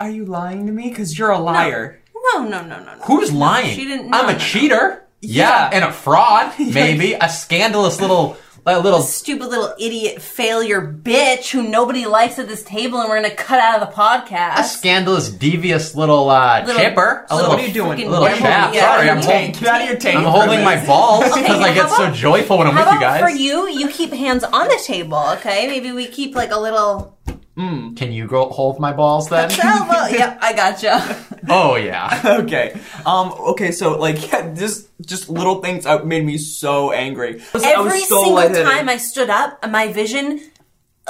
Are you lying to me? Because you're a liar.
No, no, no, no, no.
Who's lying?
she didn't-
I'm
no,
a
no, no.
cheater. Yeah. and a fraud. Maybe a scandalous little, a little.
Stupid little idiot failure bitch who nobody likes at this table and we're gonna cut out of the podcast.
A scandalous, devious little, uh,
Little-
chipper. A
little-
little,
What are you doing?
freaking
little
wimp.
chap.
Yeah.
Sorry, I'm
Tank.
holding.
Get out of your tank.
I'm
for a
holding my
minute.
balls because I
how
get so
about-
joyful when I'm
How
with
about
you guys.
for you, you keep hands on the table, okay? Maybe we keep like a little.
Can you go hold my balls then?
Oh, well, yep, I gotcha.
oh yeah.
Okay. Um. Okay. So like, yeah, this just little things uh, made me so angry. I was- I was
Every
so
single
lightheaded.
time I stood up, my vision,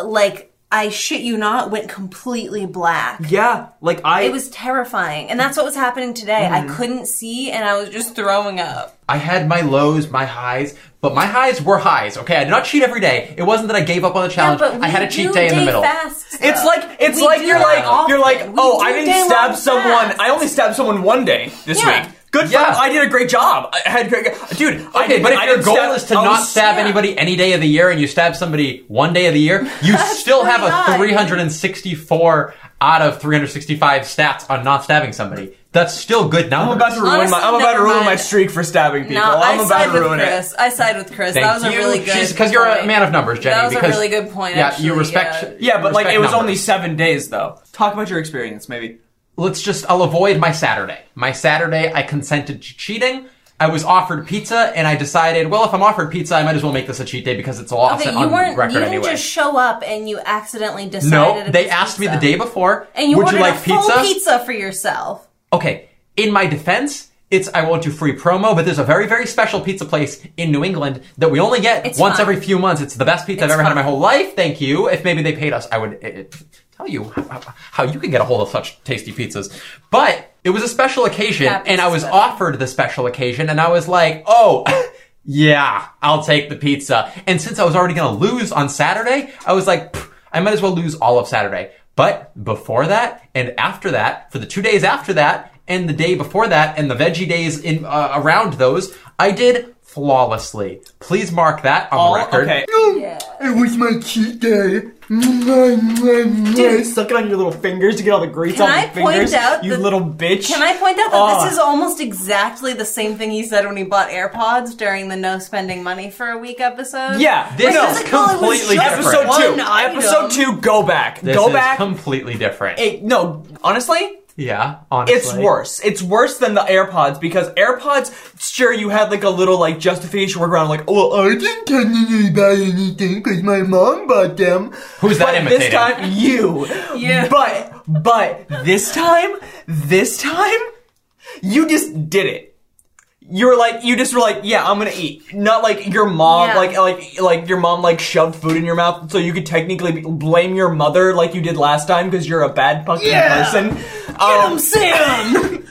like I shit you not, went completely black.
Yeah. Like I.
It was terrifying, and that's what was happening today.
Mm-hmm.
I couldn't see, and I was just throwing up.
I had my lows, my highs, but my highs were highs. Okay, I did not cheat every day. It wasn't that I gave up on the challenge. Oh, I had a cheat day in the middle.
Fasts,
It's
though.
like it's
We
like
do
you're
that
like
often.
you're like
We
oh
do
I didn't
day-long
stab someone
fasts.
I only stabbed someone one day this
Yeah.
week. Good
Yeah.
for I did a great job. I had great dude. I
Okay,
did,
but if
I
your
didn't
goal
stab- oh,
is to
I
not
was-
stab
yeah.
anybody any day of the year and you stab somebody one day of the year, you still have a
pretty high.
364 out of 365 stats on not stabbing somebody. That's still good
I'm
numbers.
about to ruin
Honestly,
my I'm about to
never
ruin my
mind.
streak for stabbing people.
No,
I'm
I
about
side
to
with
ruin it.
Chris. I side with Chris.
Thank
that was
you.
a really good.
because you're a
point.
man of numbers, Jenny.
That was a
because-
really good point,
Yeah,
actually,
you respect.
yeah.
Yeah,
you
but like
respect
it was
numbers.
only seven days though. Talk about your experience, maybe.
let's just I'll avoid my Saturday. My Saturday I consented to cheating. I was offered pizza and I decided, well, if I'm offered pizza, I might as well make this a cheat day because it's all
Okay,
offset
you
on
weren't.
record
you didn't
anyway.
just show up and you accidentally decided.
no,
it
they
was
asked me the
pizza.
day before,
And you
would
ordered
you like
a full pizza for yourself.
Okay, in my defense, it's I won't do free promo, but there's a very very special pizza place in New England that we only get
It's
once
fine.
every few months. It's the best pizza I've
It's
ever had in my
fine.
whole life. Thank you. If maybe they paid us, I would eh, eh, tell you how, how you can get a hold of such tasty pizzas. But it was a special occasion,
That
and I was
pizza's better.
offered the special occasion, and I was like, oh. Yeah, I'll take the pizza. And since I was already gonna lose on Saturday, I was like, "Pff, I might as well lose all of Saturday. But before that and after that, for the two days after that and the day before that and the veggie days in uh, around those, I did flawlessly. Please mark that on
All
the record.
okay.
It was my cheat day. Dude,
Suck it on your little fingers to get all the grease
Can
on
I
your
point
fingers.
out
you
that-
little bitch.
Can I point out that
Ah.
this is almost exactly the same thing he said when he bought AirPods during the no spending money for a week episode?
Yeah,
This
no.
is
Like, oh, it was
completely
just
different.
episode
one
two.
item.
Episode two. Go back.
This
go
is
back.
completely different.
Hey, no, honestly,
yeah, honestly.
it's worse. It's worse than the AirPods because AirPods, sure, you had like a little like justification workaround, like, oh, well,
I didn't technically buy anything because my mom bought them.
Who's that
but
imitating?
this time you.
Yeah.
But but this time, this time, you just did it. You were like, you just were like, yeah, I'm gonna eat. Not like your mom,
Yeah.
like like like your mom like shoved food in your mouth, so you could technically be- blame your mother like you did last time because you're a bad fucking
Yeah.
person. um, Sam.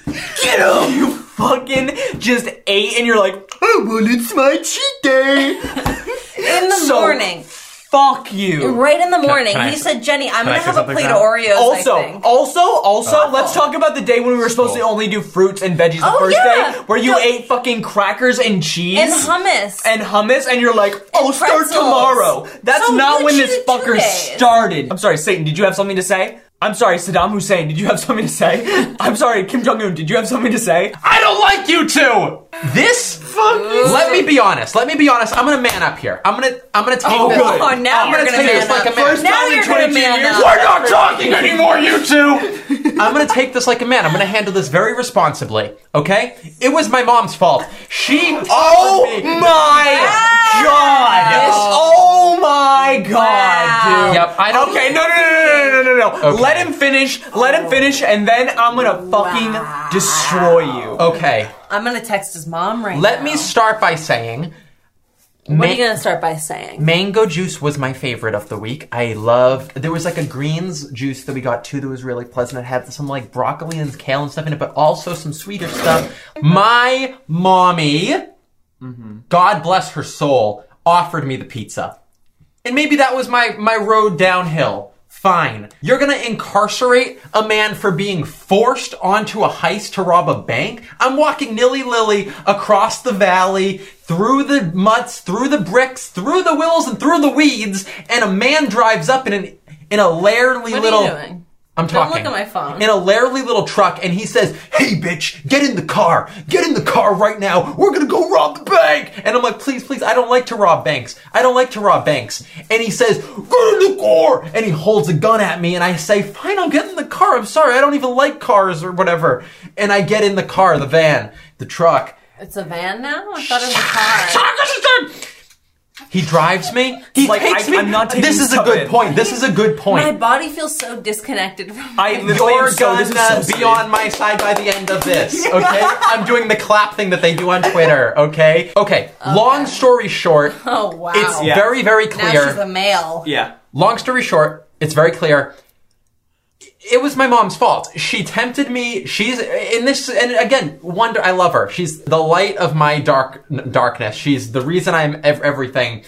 Get him. You fucking just ate, and you're like,
Oh, well, it's my cheat day.
In the
So-
morning.
fuck you.
Right in the morning.
can I-
he said, Jenny, I'm
can I
going to
say
have a
something
plate
now?
of Oreos.
Also,
I think.
also, also, let's talk about the day when we were supposed to
Cool.
only do fruits and veggies the
Oh,
first
yeah.
day, where you
No.
ate fucking crackers and cheese
and hummus.
and hummus, and you're like, "Oh, start
pretzels.
tomorrow." That's
So
not
you
when this
cheated two
fucker
days.
started. I'm sorry, Satan. Did you have something to say? I'm sorry, Saddam Hussein. Did you have something to say? I'm sorry, Kim Jong Un. Did you have something to say?
I don't like you two. This Let me be honest. Let me be honest. I'm gonna man up here. I'm gonna I'm gonna take
Oh,
this.
good.
oh, now
I'm
you're
gonna
going to
take
man
this
up.
like a man. First
now
time in
you're going to
22
man
years.
up.
We're
not talking anymore, you two. I'm gonna take this like a man. I'm gonna handle this very responsibly. Okay? It was my mom's fault. She.
Oh
offered me-
my god! Oh my god,
Wow.
dude.
Yep, I don't-
Okay, no, no, no, no, no, no, no, no.
Okay.
Let him finish. Let him finish, and then I'm gonna fucking destroy you. Oh,
Okay.
I'm going to text his mom right
Let
now.
me start by saying.
What are
ma-
you going to start by saying?
Mango juice was my favorite of the week. I loved. There was like a greens juice that we got too that was really pleasant. It had some like broccoli and kale and stuff in it, but also some sweeter stuff. My mommy, God bless her soul, offered me the pizza, and maybe that was my my road downhill. Fine. You're gonna incarcerate a man for being forced onto a heist to rob a bank? I'm walking nilly lilly across the valley, through the mutts, through the bricks, through the willows, and through the weeds, and a man drives up in an in a lairly
What are you
little
doing?
I'm
Don't
talking.
look at my phone.
In a larry little truck, and he says, "Hey, bitch, get in the car. Get in the car right now. We're gonna go rob the bank." And I'm like, "Please, please, I don't like to rob banks. I don't like to rob banks." And he says, "Get in the car." And he holds a gun at me, and I say, "Fine, I'll get in the car. I'm sorry, I don't even like cars or whatever." And I get in the car, the van, the truck.
It's a van now? I thought it was a car.
He drives me. He
Like,
takes
I-
me.
I'm not taking
this is a
some of
good
it.
point. This is a good point.
My body feels so disconnected from
I
my-
literally
You're
am so, this is
gonna
so
uh, be on my side by the end of this, okay? I'm doing the clap thing that they do on Twitter, okay? Okay, long story short,
Oh, wow.
it's
Yeah.
very, very
now
clear.
she's a male.
Yeah.
long story short, it's very clear. It was my mom's fault. She tempted me. She's in this, and again, wonder. I love her. She's the light of my dark darkness. She's the reason I'm ev- everything.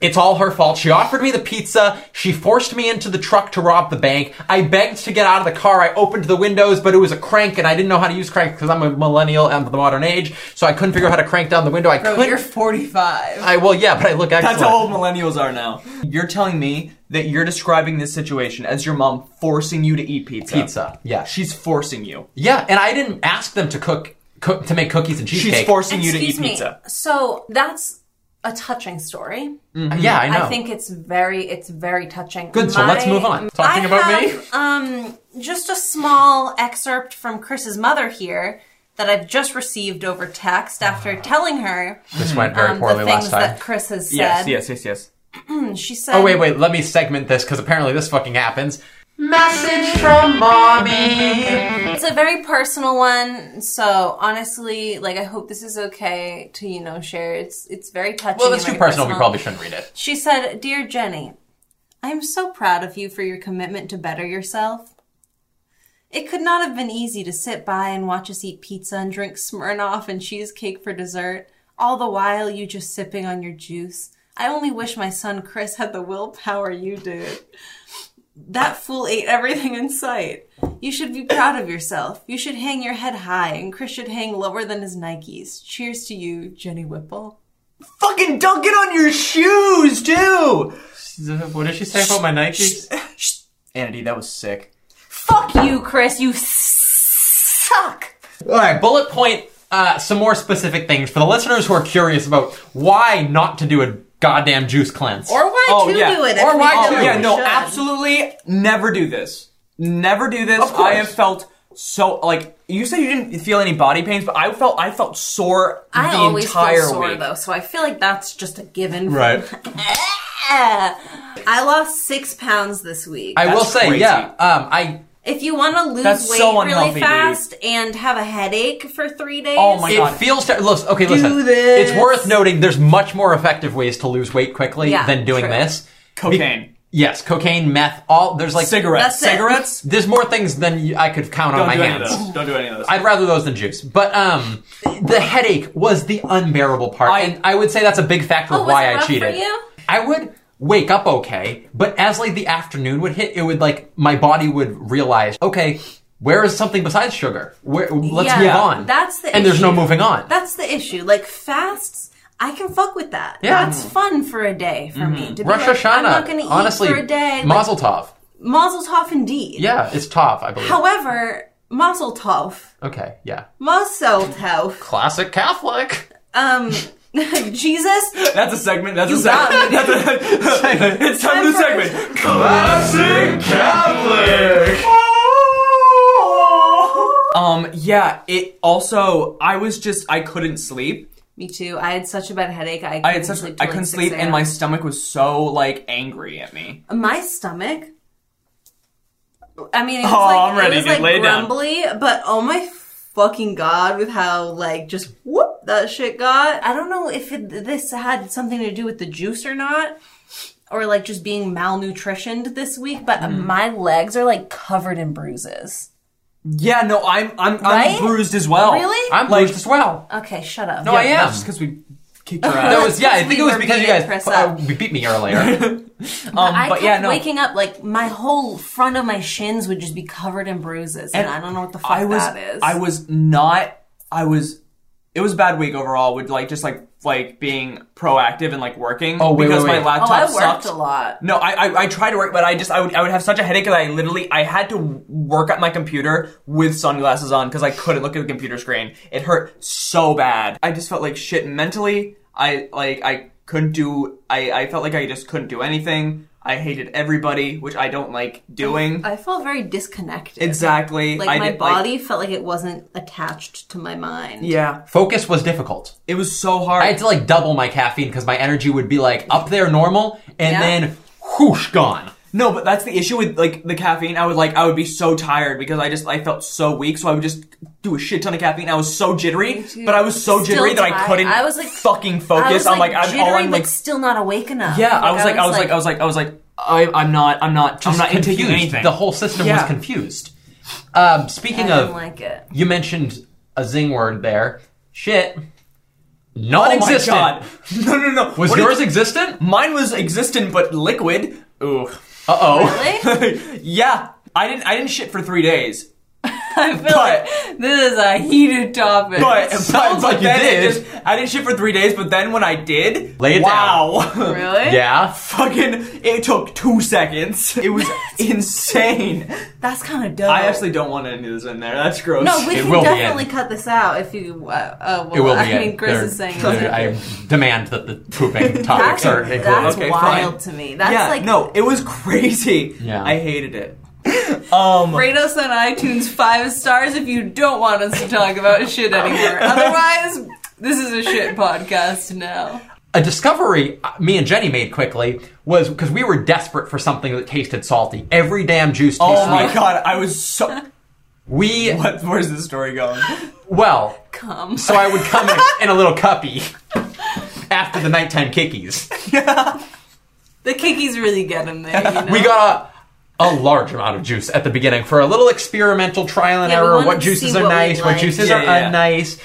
It's all her fault. She offered me the pizza. She forced me into the truck to rob the bank. I begged to get out of the car. I opened the windows, but it was a crank, and I didn't know how to use crank because I'm a millennial and the modern age, so I couldn't figure out how to crank down the window. I
Bro,
couldn't.
you're 45.
I well, yeah, but I look excellent.
That's how old millennials are now. You're telling me that you're describing this situation as your mom forcing you to eat pizza.
Pizza, yeah.
She's forcing you.
Yeah, and I didn't ask them to cook, cook to make cookies and cheesecake.
She's forcing you to
Excuse
eat
me.
pizza.
So that's a touching story.
Yeah, I know.
I think it's very, it's very touching.
Good, so let's move on. Talking
I
about me?
have, me, um, just a small excerpt from Chris's mother here that I've just received over text after telling her
this went Ah. very
um,
poorly
the things
last time.
that Chris has
Yes,
said.
yes, yes, yes.
She said,
Oh wait, wait. Let me segment this because apparently this fucking happens. Message from mommy.
It's a very personal one, so honestly, like I hope this is okay to you know share. It's it's very touching.
Well, that's
and
too
very
personal. We probably shouldn't read it.
She said, Dear Jenny, I am so proud of you for your commitment to better yourself. It could not have been easy to sit by and watch us eat pizza and drink Smirnoff and cheesecake for dessert, all the while you just sipping on your juice. I only wish my son Chris had the willpower you did. That fool ate everything in sight. You should be proud of yourself. You should hang your head high, and Chris should hang lower than his Nikes. Cheers to you, Jenny Whipple.
Fucking dunk it on your shoes, too!
What did she say about my Nikes?
Anity, that was sick.
Fuck you, Chris. You suck.
All right, bullet point. Uh, some more specific things for the listeners who are curious about why not to do a goddamn juice cleanse.
Or why
Oh,
to
yeah.
do it?
Or
if we
why
don't
to-
know
Oh, yeah,
we
no,
should.
absolutely never do this. Never do this.
Of course.
I have felt so like you said you didn't feel any body pains, but I felt I felt sore
I
the
always
entire
feel sore
week.
though, so I feel like that's just a given.
Right.
I lost six pounds this week.
I will
That's
say,
crazy.
yeah. Um, I
if you want to lose
That's
weight
so
really
unhealthy,
fast and have a headache for three days,
Oh my
it
God.
feels ter- look, okay. listen,
this.
it's worth noting. There's much more effective ways to lose weight quickly
Yeah,
than doing
true.
this.
Cocaine,
Yes, cocaine, meth, all there's like
cigarettes,
That's it.
cigarettes.
There's more things than you, I could count on
Don't
my
do any of
hands.
those. Don't do any of those.
I'd rather those than juice. But um, the headache was the unbearable part,
I-
and I would say that's a big factor
Oh,
of
was
why
it rough
I
for
cheated.
you?
I would wake up okay, but as like the afternoon would hit, it would like my body would realize, okay, where is something besides sugar? Where let's
Yeah,
move on.
that's the
and there's no
issue.
moving on.
that's the issue. Like fasts. I can fuck with that.
Yeah. Mm-hmm.
That's fun for a day for me. To be
Rosh
like,
Hashanah,
I'm not going to
honestly,
eat for a day.
Mazel Tov.
like, Mazel Tov indeed.
Yeah, it's Tov, I believe.
However, Mazel Tov.
okay, yeah,
Mazel Tov.
classic Catholic.
Um, Jesus.
That's a segment. That's a
got
segment. That's a, it's time to
Time for-
segment. Classic Catholic. Um. Yeah. It also. I was just. I couldn't sleep.
Me too. I had such a bad headache. I couldn't
I had such.
sleep.
I
till, like,
couldn't
6
sleep, and
a.m.
my stomach was so like angry at me.
my stomach. I mean, it was
Oh,
like,
I'm ready,
it was,
dude.
like
Lay it down.
grumbly, but oh my fucking god, with how like just whoop that shit got. I don't know if it, this had something to do with the juice or not. Or like just being malnutritioned this week, but
Mm-hmm.
my legs are like covered in bruises.
Yeah. No. I'm. I'm.
Right?
I'm bruised as well.
Really?
I'm
Like-
bruised as well.
Okay, shut up.
No, I am.
That's just because we kicked your
Oh,
ass.
That was yeah. I think it was
We
because
were
you guys
beating Chris
uh,
up.
we beat me earlier.
um,
I
but
kept
yeah. No.
waking up like my whole front of my shins would just be covered in bruises, and, I don't know what the fuck
I was.
that is.
I was not. I was it was a bad week overall with like just like like being proactive and like working
Oh, wait,
because
wait, wait.
my laptop
Oh, I
sucked.
worked a lot.
No, I, I I tried to work, but I just I would I would have such a headache that I literally I had to work at my computer with sunglasses on because I couldn't look at the computer screen. It hurt so bad. I just felt like shit mentally. I like I couldn't do. I I felt like I just couldn't do anything. I hated everybody, which I don't like doing.
I felt very disconnected.
exactly.
Like
I
my
did, like-
body felt like it wasn't attached to my mind.
yeah,
Focus was difficult.
it was so hard.
I had to like double my caffeine because my energy would be like up there normal and
Yeah.
then whoosh gone.
No, but that's the issue with like the caffeine. I would like I would be so tired because I just I felt so weak, so I would just do a shit ton of caffeine. I was so jittery, but I was so
Still
jittery that I
tired.
couldn't
I was, like-
fucking
I
focus.
was
I'm
like,
like I'm all
jittery,
I'm like
but still not awake enough.
yeah. I was like I was like I was like I was like I I'm not I'm not I'm not into
confused.
anything.
The whole system was
Yeah.
confused. Um, speaking
I
of,
didn't like it.
you mentioned a zing word there. Shit, non-existent.
Oh my god! No no no.
Was
What
yours
did-
existent?
Mine was existent but liquid. Ooh.
Uh oh.
Really?
yeah. I didn't I didn't shit for three days.
I feel
But-
like this is a heated topic.
But,
Sounds
but, but
like you
then it
did.
just- I didn't shit for three days, but then when I did,
Lay it down.
wow.
really?
Yeah.
fucking it took two seconds. It was insane.
That's kind of dope.
I actually don't want any of this in there. That's gross.
No, we
It
can
will be
definitely
in.
cut this out if you. Uh, uh, well,
It will be.
I
in.
mean, Chris
There-
is saying
there- I demand that the pooping topics
that's,
are
that's,
included.
Okay,
wild
fine.
to me. That's
yeah,
like
no, it was crazy.
Yeah.
I hated it. Um,
Rate us on iTunes five stars if you don't want us to talk about shit anymore. Otherwise, this is a shit podcast now.
a discovery uh, me and Jenny made quickly was because we were desperate for something that tasted salty. Every damn juice tasted
oh my
sweet.
god, I was so.
We
What? Where's this story going?
well,
Come.
so I would come in, in a little cuppy after the nighttime kickies.
The Kikis really get in there. You know?
We got a, a large amount of juice at the beginning for a little experimental trial and
Yeah, we
error.
wanted
What
to
juices
see
are
what we
nice, what
liked.
juices
Yeah,
are
yeah, yeah.
unnice.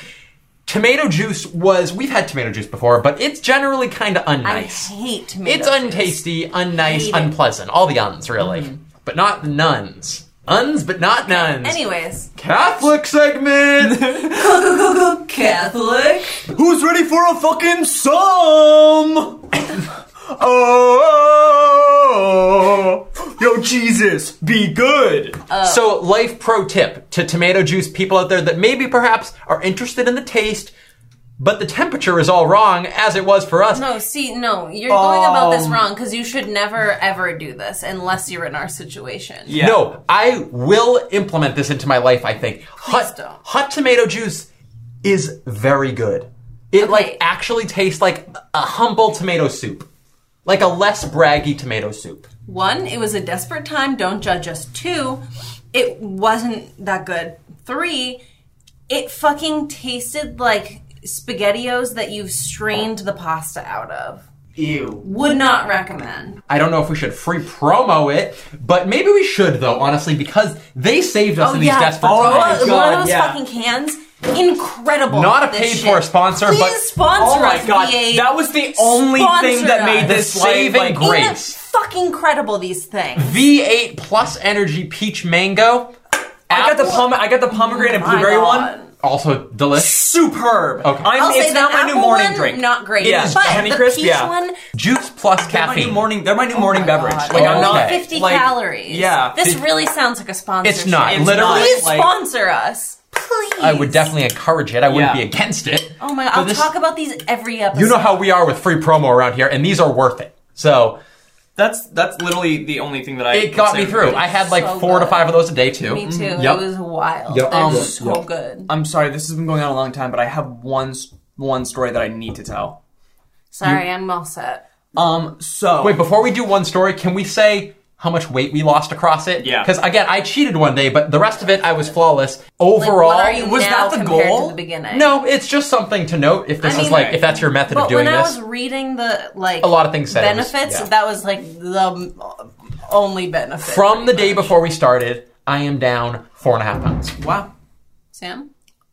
Tomato juice was we've had tomato juice before, but it's generally kind of
I
unnice.
hate tomato
It's
juice.
untasty, unnice,
Hate it. Mm-hmm.
unpleasant. All the uns, really. But not the nuns. Uns, but not nuns.
Anyways,
Catholic segment!
Catholic.
Who's ready for a fucking sum? oh, yo, Jesus, be good.
so, life pro tip to tomato juice people out there that maybe perhaps are interested in the taste, but the temperature is all wrong, as it was for us.
No, see, no, you're going about
Oh.
this wrong because you should never ever do this unless you're in our situation.
yeah.
No, I will implement this into my life, I think. Hot,
don't.
hot tomato juice is very good. It like actually tastes like a humble tomato soup. Like a less braggy tomato soup.
One, it was a desperate time. Don't judge us. Two, it wasn't that good. Three, it fucking tasted like spaghettios that you've strained the pasta out of.
Ew.
Would not recommend.
I don't know if we should free promo it, but maybe we should though, honestly, because they saved us in these desperate
Oh,
times.
my
one
God,
of those
yeah.
fucking cans. Incredible.
Not a
this
paid
shit.
for sponsor,
Please
but-
sponsor
Oh my
us,
god,
VA.
that was the only thing
Sponsor
that made
us.
this
The
like,
saving
like,
grace.
Ain't it fucking credible these things.
V8 plus energy peach mango.
I got the
Apple-
pom- I got the pomegranate and
Oh My
blueberry
God.
one.
also delicious.
superb.
Okay.
I'm,
I'll
it's
say
now
the
my new
apple
morning
one,
drink.
Not great,
It is
but
Honey
the
Crisp,
peach
yeah.
one, Oh
Juice plus
My new
caffeine.
morning. They're my new morning beverage.
God,
Like I'm
only
not
fifty
like,
calories.
Yeah.
this
It-
really sounds like a sponsor.
It's not.
It's
Literally,
not,
Please
like-
sponsor us, please.
I would definitely encourage it. I wouldn't
Yeah.
be against it.
Oh my!
But
I'll
this-
talk about these every episode.
You know how we are with free promo around here, and these are worth it. So
That's that's literally the only thing that I.
it got me
consider.
through. I had like
So
four to
good.
five of those a day too.
Me too.
Yep.
It was wild.
Yep.
They're
Mm-hmm. Um,
so
yep.
good.
I'm sorry. This has been going on a long time, but I have one s- one story that I need to tell.
Sorry, I'm all set.
Um. So
Wait, before we do one story, can we say how much weight we lost across it?
Yeah.
Because again, I cheated one day, but the rest of it I was flawless. Overall,
What are you
was
now
that the
compared
goal?
to the beginning?
no, it's just something to note. If this
I
is
mean,
like, if that's your method of
But
doing
when I
this,
was reading the like
A lot of things said it was-
benefits,
yeah.
that was like the um, only benefit
from the
pretty
day
much.
before we started, I am down four and a half pounds.
wow.
Sam.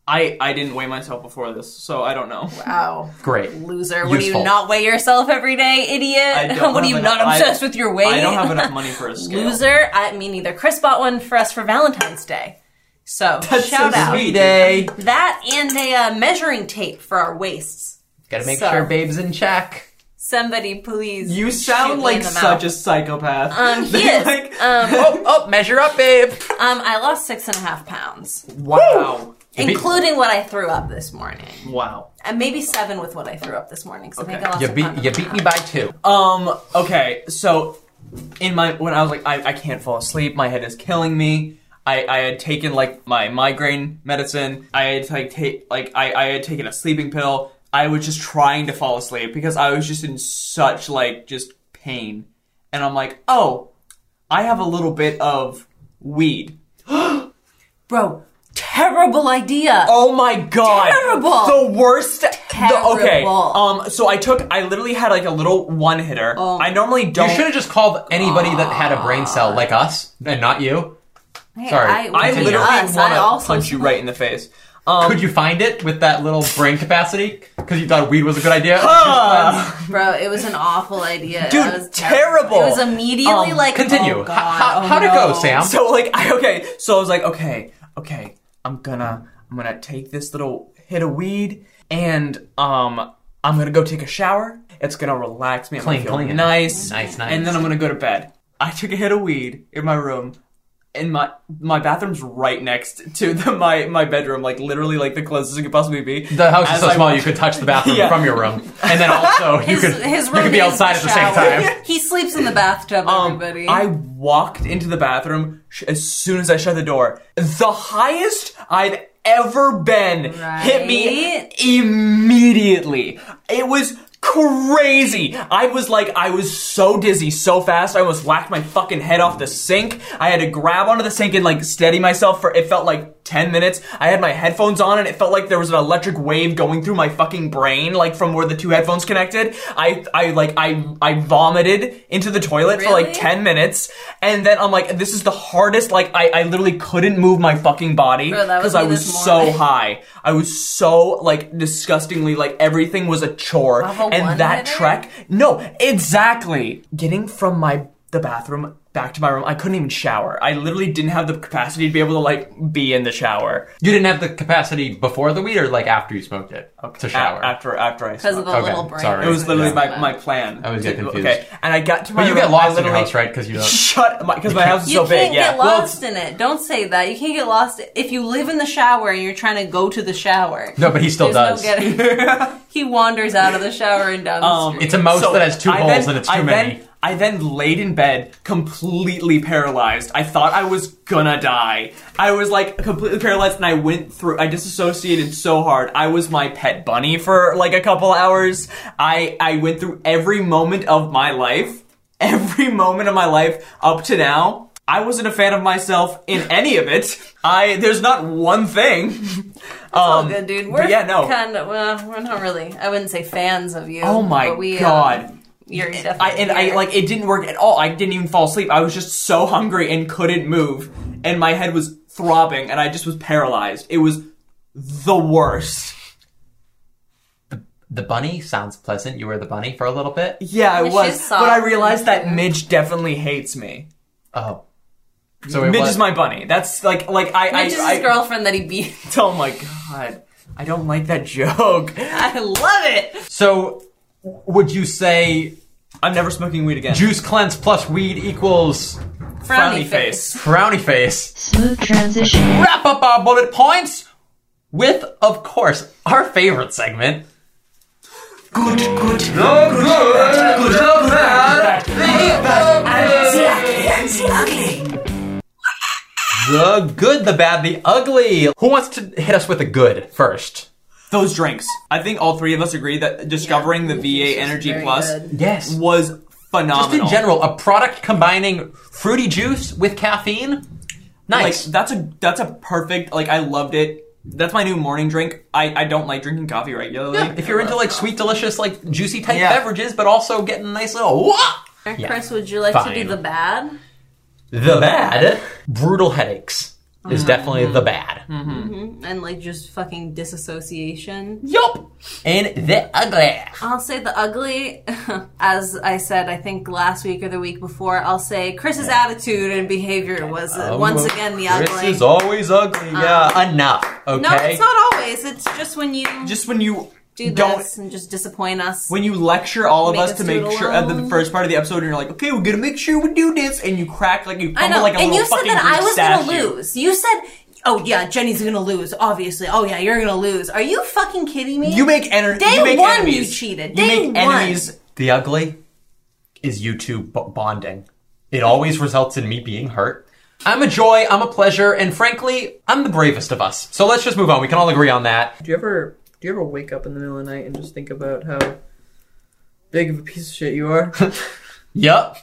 I I didn't weigh myself before this, so I don't know.
Wow.
Great.
Loser. What do you
Useful.
not weigh yourself every day,
I
idiot?
don't
What are
have
you
enough-
not obsessed
I-
with your weight?
I don't have enough money for a scale.
Loser. I mean, either Chris bought one for us for Valentine's Day.
So
That's
shout
so
out
sweet.
Day.
that and a uh, measuring tape for our waists.
Gotta make
So-
sure babe's in check.
Somebody please.
You sound
shoot
like
me in the
such
mouth.
a psychopath.
Um, he
They're
is.
like,
um,
Oh, oh, measure up, babe.
um, I lost six and a half pounds,
wow.
beat-
including what I threw up this morning.
Wow.
And maybe seven with what I threw up this morning. So I think
Okay.
I lost
You
a
beat,
pound and
you
a
beat
half.
me by two.
Um, okay, so in my when I was like, I, I can't fall asleep, my head is killing me. I, I had taken like my migraine medicine. I had like take like I, I had taken a sleeping pill. I was just trying to fall asleep because I was just in such like just pain. And I'm like, oh, I have a little bit of weed.
Bro, terrible idea.
Oh my god.
Terrible.
The worst. The, okay.
Terrible.
Um so I took I literally had like a little one hitter.
Oh.
I normally don't
You should have just called anybody that had a brain cell like us and not you.
Hey,
sorry.
I,
I
Continue.
literally
us, I
want to
also-
punch you right in the face. Um,
Could you find it with that little brain capacity? Because you thought weed was a good idea.
Bro, it was an awful idea.
Dude,
It was
terrible.
It was immediately
Um,
like
Continue.
Oh,
H-
God,
how,
oh,
how'd it go,
no.
Sam?
so like I okay, so I was like, okay, okay, I'm gonna I'm gonna take this little hit of weed and um I'm gonna go take a shower. It's gonna relax me. I'm
Clean,
gonna feel
clean.
nice,
Nice, nice.
And then I'm gonna go to bed. I took a hit of weed in my room. And my my bathroom's right next to the, my my bedroom, like literally like the closest it could possibly be.
the house is
As
so
I
small
walked-
you could touch the bathroom
Yeah.
from your room, and then also you
His,
could
his
you could be
roommate's
outside at the same
shower.
time.
he sleeps in the bathtub,
Um,
everybody.
I walked into the bathroom sh- as soon as I shut the door. The highest I've ever been hit me
Right?
immediately. It was crazy. I was like, I was so dizzy so fast. I almost whacked my fucking head off the sink. I had to grab onto the sink and like steady myself for it felt like 10 minutes. I had my headphones on and it felt like there was an electric wave going through my fucking brain like from where the two headphones connected. I I like I I vomited into the toilet for like
Really?
10 minutes and then I'm like this is the hardest like I I literally couldn't move my fucking body
Bro, that was
because I
me
was
this
so
morning.
high. I was so like disgustingly like everything was a chore.
Have a
and that
one-hitter?
trek, no, exactly. Getting from my the bathroom back to my room, I couldn't even shower. I literally didn't have the capacity to be able to like be in the shower.
You didn't have the capacity before the weed, or like after you smoked it to
A-
shower.
after after I
because of
smoked.
the
Okay,
little brain.
sorry.
It was literally
Yeah.
my, my plan.
I always get
to-
confused.
Okay, and I got to my
but you
room,
get
I
lost in your
literally-
house, right? Because you don't.
Shut my because my house is
You
so big.
can't
Yeah.
get
Well,
lost in it. Don't say that. You can't get lost if you live in the shower and you're trying to go to the shower.
No, but he still
There's
does.
no getting- he wanders out of the shower and down
Um,
the street.
it's a mouse
So
Oh, that has two
I
holes
then-
and it's too
I
many.
Then, I then laid in bed completely paralyzed. I thought I was gonna die. I was like completely paralyzed and I went through, I disassociated so hard. I was my pet bunny for like a couple hours. I, I went through every moment of my life, every moment of my life up to now. I wasn't a fan of myself in any of it. I, there's not one thing.
all
um,
good, dude.
but
We're
yeah, no.
kind of well, we're not really. I wouldn't say fans of you.
Oh my
but we, um,
god.
you're definitely.
I, and I
here.
like it didn't work at all. I didn't even fall asleep. I was just so hungry and couldn't move, and my head was throbbing, and I just was paralyzed. It was the worst.
The bunny sounds pleasant. You were the bunny for a little bit.
Yeah, I
Which
was.
is
But I
soft.
realized that Midge definitely hates me.
Oh, so it
Midge
was,
is my bunny. That's like like I
Mitch is
I,
his
I
girlfriend that he beat.
Oh my god. I don't like that joke.
I love it.
So would you say
I'm never smoking weed again.
juice cleanse plus weed equals
Frowny face.
brownie face?
Smooth transition.
Wrap up our bullet points with, of course, our favorite segment.
Good, good.
The good, the bad, the ugly. Who wants to hit us with the good first?
Those drinks. I think all three of us agree that discovering the VA Energy
very
Plus
good.
Yes.
was
Just
phenomenal.
in general, a product combining fruity juice with caffeine. Nice.
Like that's a that's a perfect like I loved it. That's my new morning drink. I, I don't like drinking coffee regularly.
Yeah, if you're into like sweet, delicious, like juicy type
Yeah.
beverages, but also getting a nice little wah!
Chris, would you like to
Fine.
do the bad?
Mm-hmm.
The bad, brutal headaches is definitely the bad.
and like just fucking disassociation.
Yup. And the ugly.
I'll say the ugly, as I said, I think last week or the week before. I'll say Chris's attitude and behavior was uh, once again the ugly.
Um,
Um,
Chris is always ugly. Yeah.
Enough. Okay.
no, it's not always. It's just when you
just when you
do
don't
this and just disappoint us.
when you lecture all of
Make
us
us
to
do it
make sure at the
alone.
first part of the episode, and you're like, okay, we're gonna make sure we do this, and you crack like you
I
crumble
know,
like a
and
little
you said
fucking
that I
Greek
was
statue.
gonna lose. You said, "Oh yeah, Jenny's gonna lose, obviously." Oh yeah, you're gonna lose. Are you fucking kidding me?
You make energy.
Day
you make
one,
enemies.
you cheated.
You
Day
make
one.
enemies.
The ugly is you two b- bonding. It always results in me being hurt. I'm a joy, I'm a pleasure, and frankly, I'm the bravest of us. So let's just move on. We can all agree on that.
Do you ever do you ever wake up in the middle of the night and just think about how big of a piece of shit you are?
Yup.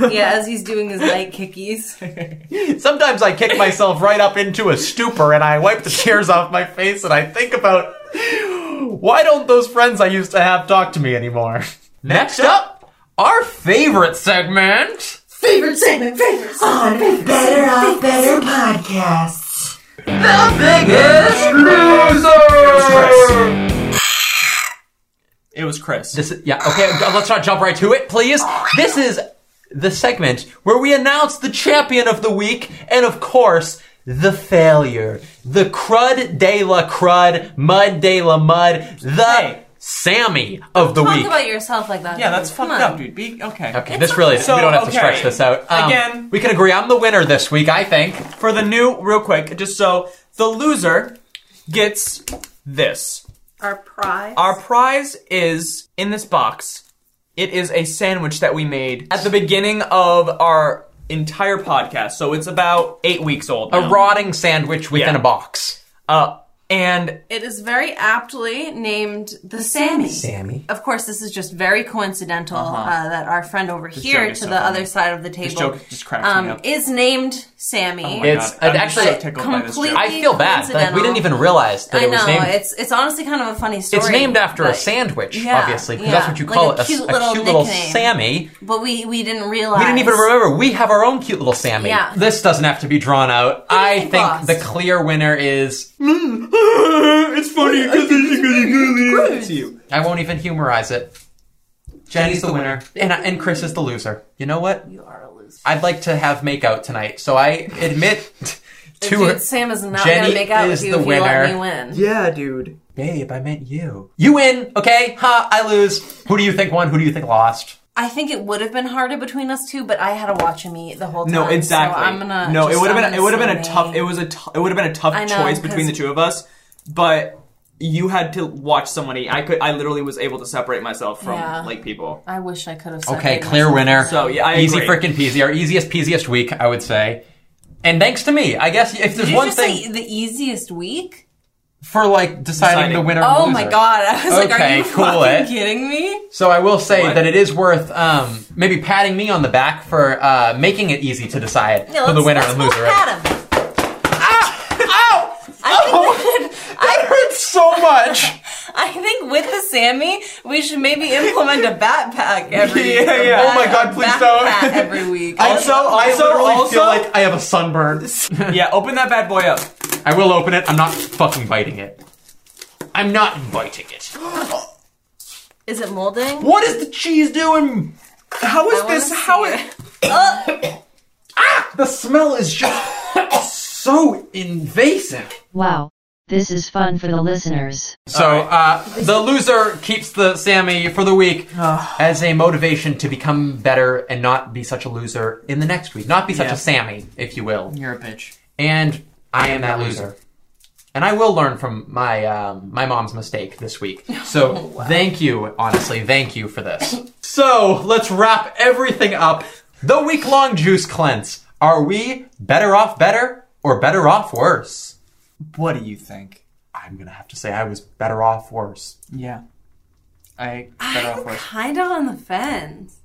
yeah, as he's doing his night kickies.
Sometimes I kick myself right up into a stupor and I wipe the tears off my face and I think about why don't those friends I used to have talk to me anymore? Next up, our favorite segment.
Favorite segment, favorite segment. Better Off Better podcasts.
It was Chris.
This is, yeah, okay, let's not jump right to it, please. This is the segment where we announce the champion of the week and, of course, the failure. The crud de la crud, mud de la mud, the
Hey.
Sammy of the
Talk
week.
about yourself like that.
yeah, that's
Come
fucked
on.
up, dude. Be okay.
Okay, this really,
So,
we don't have to
okay.
stretch this out. Um,
Again.
We can agree I'm the winner this week, I think.
For the new, real quick, just so the loser gets this.
Our pride.
Our prize is in this box. It is a sandwich that we made at the beginning of our entire podcast. So it's about eight weeks old.
A
now.
rotting sandwich within
Yeah.
a box.
Uh, and
it is very aptly named the Sammy.
Sammy.
Of course, this is just very coincidental uh that our friend over
joke
here
is
to
Uh-huh. so
the
funny.
other side of the table
joke just cracks me
um,
up.
is named Sammy.
It's-
Oh God, I'm
actually
so tickled by this joke.
complete-
I feel bad. Like, we didn't even realize that
I
it was
know
named.
it's it's honestly kind of a funny story.
It's named after a
but-
sandwich,
Yeah,
obviously, because
yeah.
that's what you
Like
call
a
it. A,
cute
a
little
cute little
nickname.
Sammy.
But we we didn't realize.
We didn't even remember. We have our own cute little Sammy.
Yeah.
This doesn't have to be drawn out. I
think
think
lost?
the clear winner is.
it's funny because it's you.
I won't even humorize it. Jenny's the winner, and, I- and Chris is the loser. You know what?
You are a loser.
I'd like to have make out tonight, so I admit to her.
Dude, Sam is not
Jenny
gonna make out
is
with you
the
if you let
winner.
me win.
yeah, dude.
Babe, I meant you. You win, okay? Ha, I lose. Who do you think won? Who do you think lost?
I think it would have been harder between us two, but I had to watch him eat the whole time.
No, exactly.
So I'm gonna
no, it
just
would have been
summon
it would have been a
Sammy.
tough it was a t- it would have been a tough
I know,
choice between
'cause-
the two of us, but you had to watch somebody. I could I literally was able to separate myself from
Yeah.
like people.
I wish I could have.
Okay,
separated
clear
myself.
winner.
So yeah, I
Easy
agree.
freaking peasy. Our easiest peasiest week, I would say. And thanks to me, I guess if there's
Did you
one
just
thing
say the easiest week?
for like deciding,
Deciding.
the winner.
Oh
and
my
loser.
god! I was like,
Okay,
are you
cool, eh?
fucking kidding me?
So I will say
What?
that it is worth um, maybe patting me on the back for uh, making it easy to decide
Yeah,
who the
let's-
winner
let's
and
go
loser is.
pat him.
Ow! Oh.
I think,
That hurts so much.
I think with the Sammy, we should maybe implement a backpack every.
Yeah,
a
yeah.
Oh my God, please don't.
backpack every week.
Also,
I
also,
literally
also,
feel like I have a sunburn.
yeah, open that bad boy up.
I will open it. I'm not fucking biting it. I'm not biting it.
Is it molding?
What is the cheese doing?
How is this? How is
Ah! The smell is just so invasive.
Wow, this is fun for the listeners.
So uh, the loser keeps the Sammy for the week as a motivation to become better and not be such a loser in the next week. Not be such
Yeah.
a Sammy, if you will.
you're a bitch?
And I am that loser. And I will learn from my um, my mom's mistake this week. So
Oh,
thank you, honestly, thank you for this. so let's wrap everything up. The week long juice cleanse. Are we better off better or better off worse?
What do you think?
I'm gonna have to say I was better off worse.
Yeah, I cut off
I'm
first.
kind of on the fence.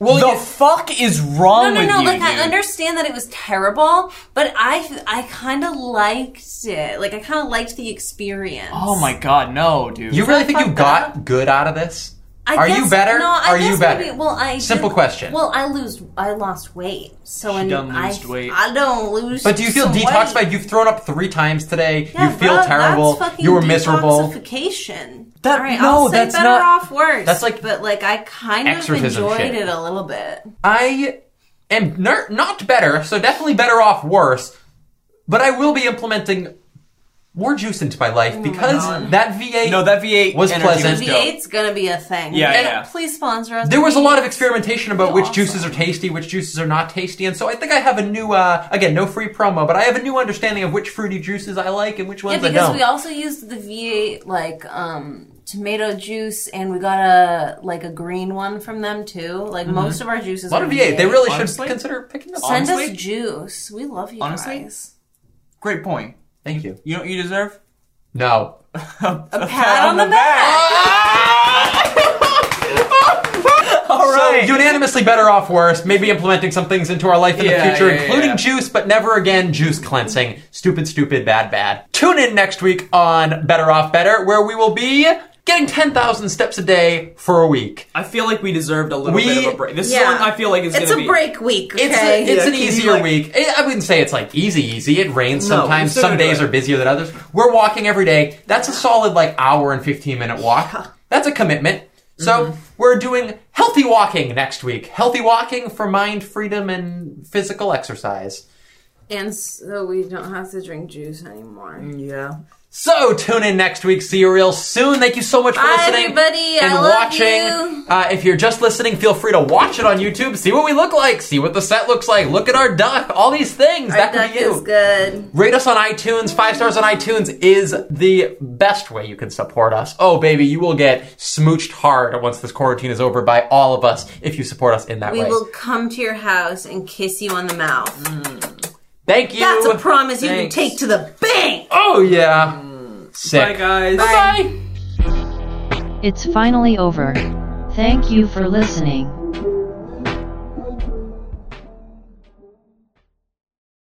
Well, the fuck is wrong
No, no,
with
no.
you?
Like I
dude?
understand that it was terrible, but I, I kind of liked it. Like I kind of liked the experience.
Oh my god, no, dude.
You really think you
fucked
got
up?
good out of this?
I
Are
guess-
you better?
No, I
Are
guess
you better?
Maybe, well, I
Simple
did-
question.
Well, I lose. I lost weight, so
She
I
done
I-
losed weight.
I don't lose.
But do you feel
some weight.
detoxified? You've thrown up three times today.
Yeah,
you feel
bro,
terrible.
That's fucking
you were miserable.
Detoxification.
That-
All right,
no,
I'll say
that's
better
not-
off worse.
that's like
but like I kind of
exorcism
enjoyed
shit.
it a little bit.
I am ner- not better, so definitely better off worse. But I will be implementing more juice into my
Oh
life because that VA.
No, that V8
Was
energy
pleasant.
Was
The
dope.
eight's gonna be a thing.
Yeah,
And
yeah.
Please sponsor us.
there was a lot of
please.
experimentation about which
Awesome.
juices are tasty, which juices are not tasty, and so I think I have a new, uh, again, no free promo, but I have a new understanding of which fruity juices I like and which
Yeah,
ones I
because
don't.
we also used the V8 like um tomato juice, and we got a like a green one from them too. Like
Mm-hmm.
most of our juices,
a lot
are
of VA. They really
Honestly?
should consider picking up.
send
Honestly?
us juice. We love you
Honestly?
guys.
Great point.
Thank you.
You know what you deserve?
No.
a pat,
pat on the
All right.
So unanimously better off worse, maybe implementing some things into our life in
Yeah,
the future,
yeah, yeah,
including
yeah.
juice, but never again juice cleansing. Stupid, stupid, bad, bad. Tune in next week on Better Off Better, where we will be getting 10,000 steps a day for a week.
I feel like we deserved a little
We-
bit of a break. This
Yeah.
is one I feel like it's,
It's
gonna
a
be.
break week.
It's,
Okay.
it's
Yeah,
an
can you,
easier
like-
week. I I wouldn't say it's like easy, easy. It rains
No,
sometimes.
it's so
Some days
good.
are busier than others. We're walking every day. That's a solid like hour and 15 minute walk. That's a commitment. So
Mm-hmm.
we're doing healthy walking next week. Healthy walking for mind freedom and physical exercise.
and so we don't have to drink juice
Mm.
anymore.
Yeah.
So tune in next week. See you real soon. Thank you so much for
Bye,
listening
everybody. I
and
love
watching.
you.
Uh, if you're just listening, feel free to watch it on YouTube. See what we look like. See what the set looks like. Look at our duck. All these things. that could
Duck
be you.
is good.
Rate us on iTunes. Five stars on iTunes is the best way you can support us. Oh, baby, you will get smooched hard once this quarantine is over by all of us if you support us in that
We
way.
will come to your house and kiss you on the mouth.
Thank you.
That's a promise you can
Mm. Thanks.
take to the bank.
oh, yeah. Sick.
Mm. Bye, guys.
Bye.
It's finally over. Thank you for listening.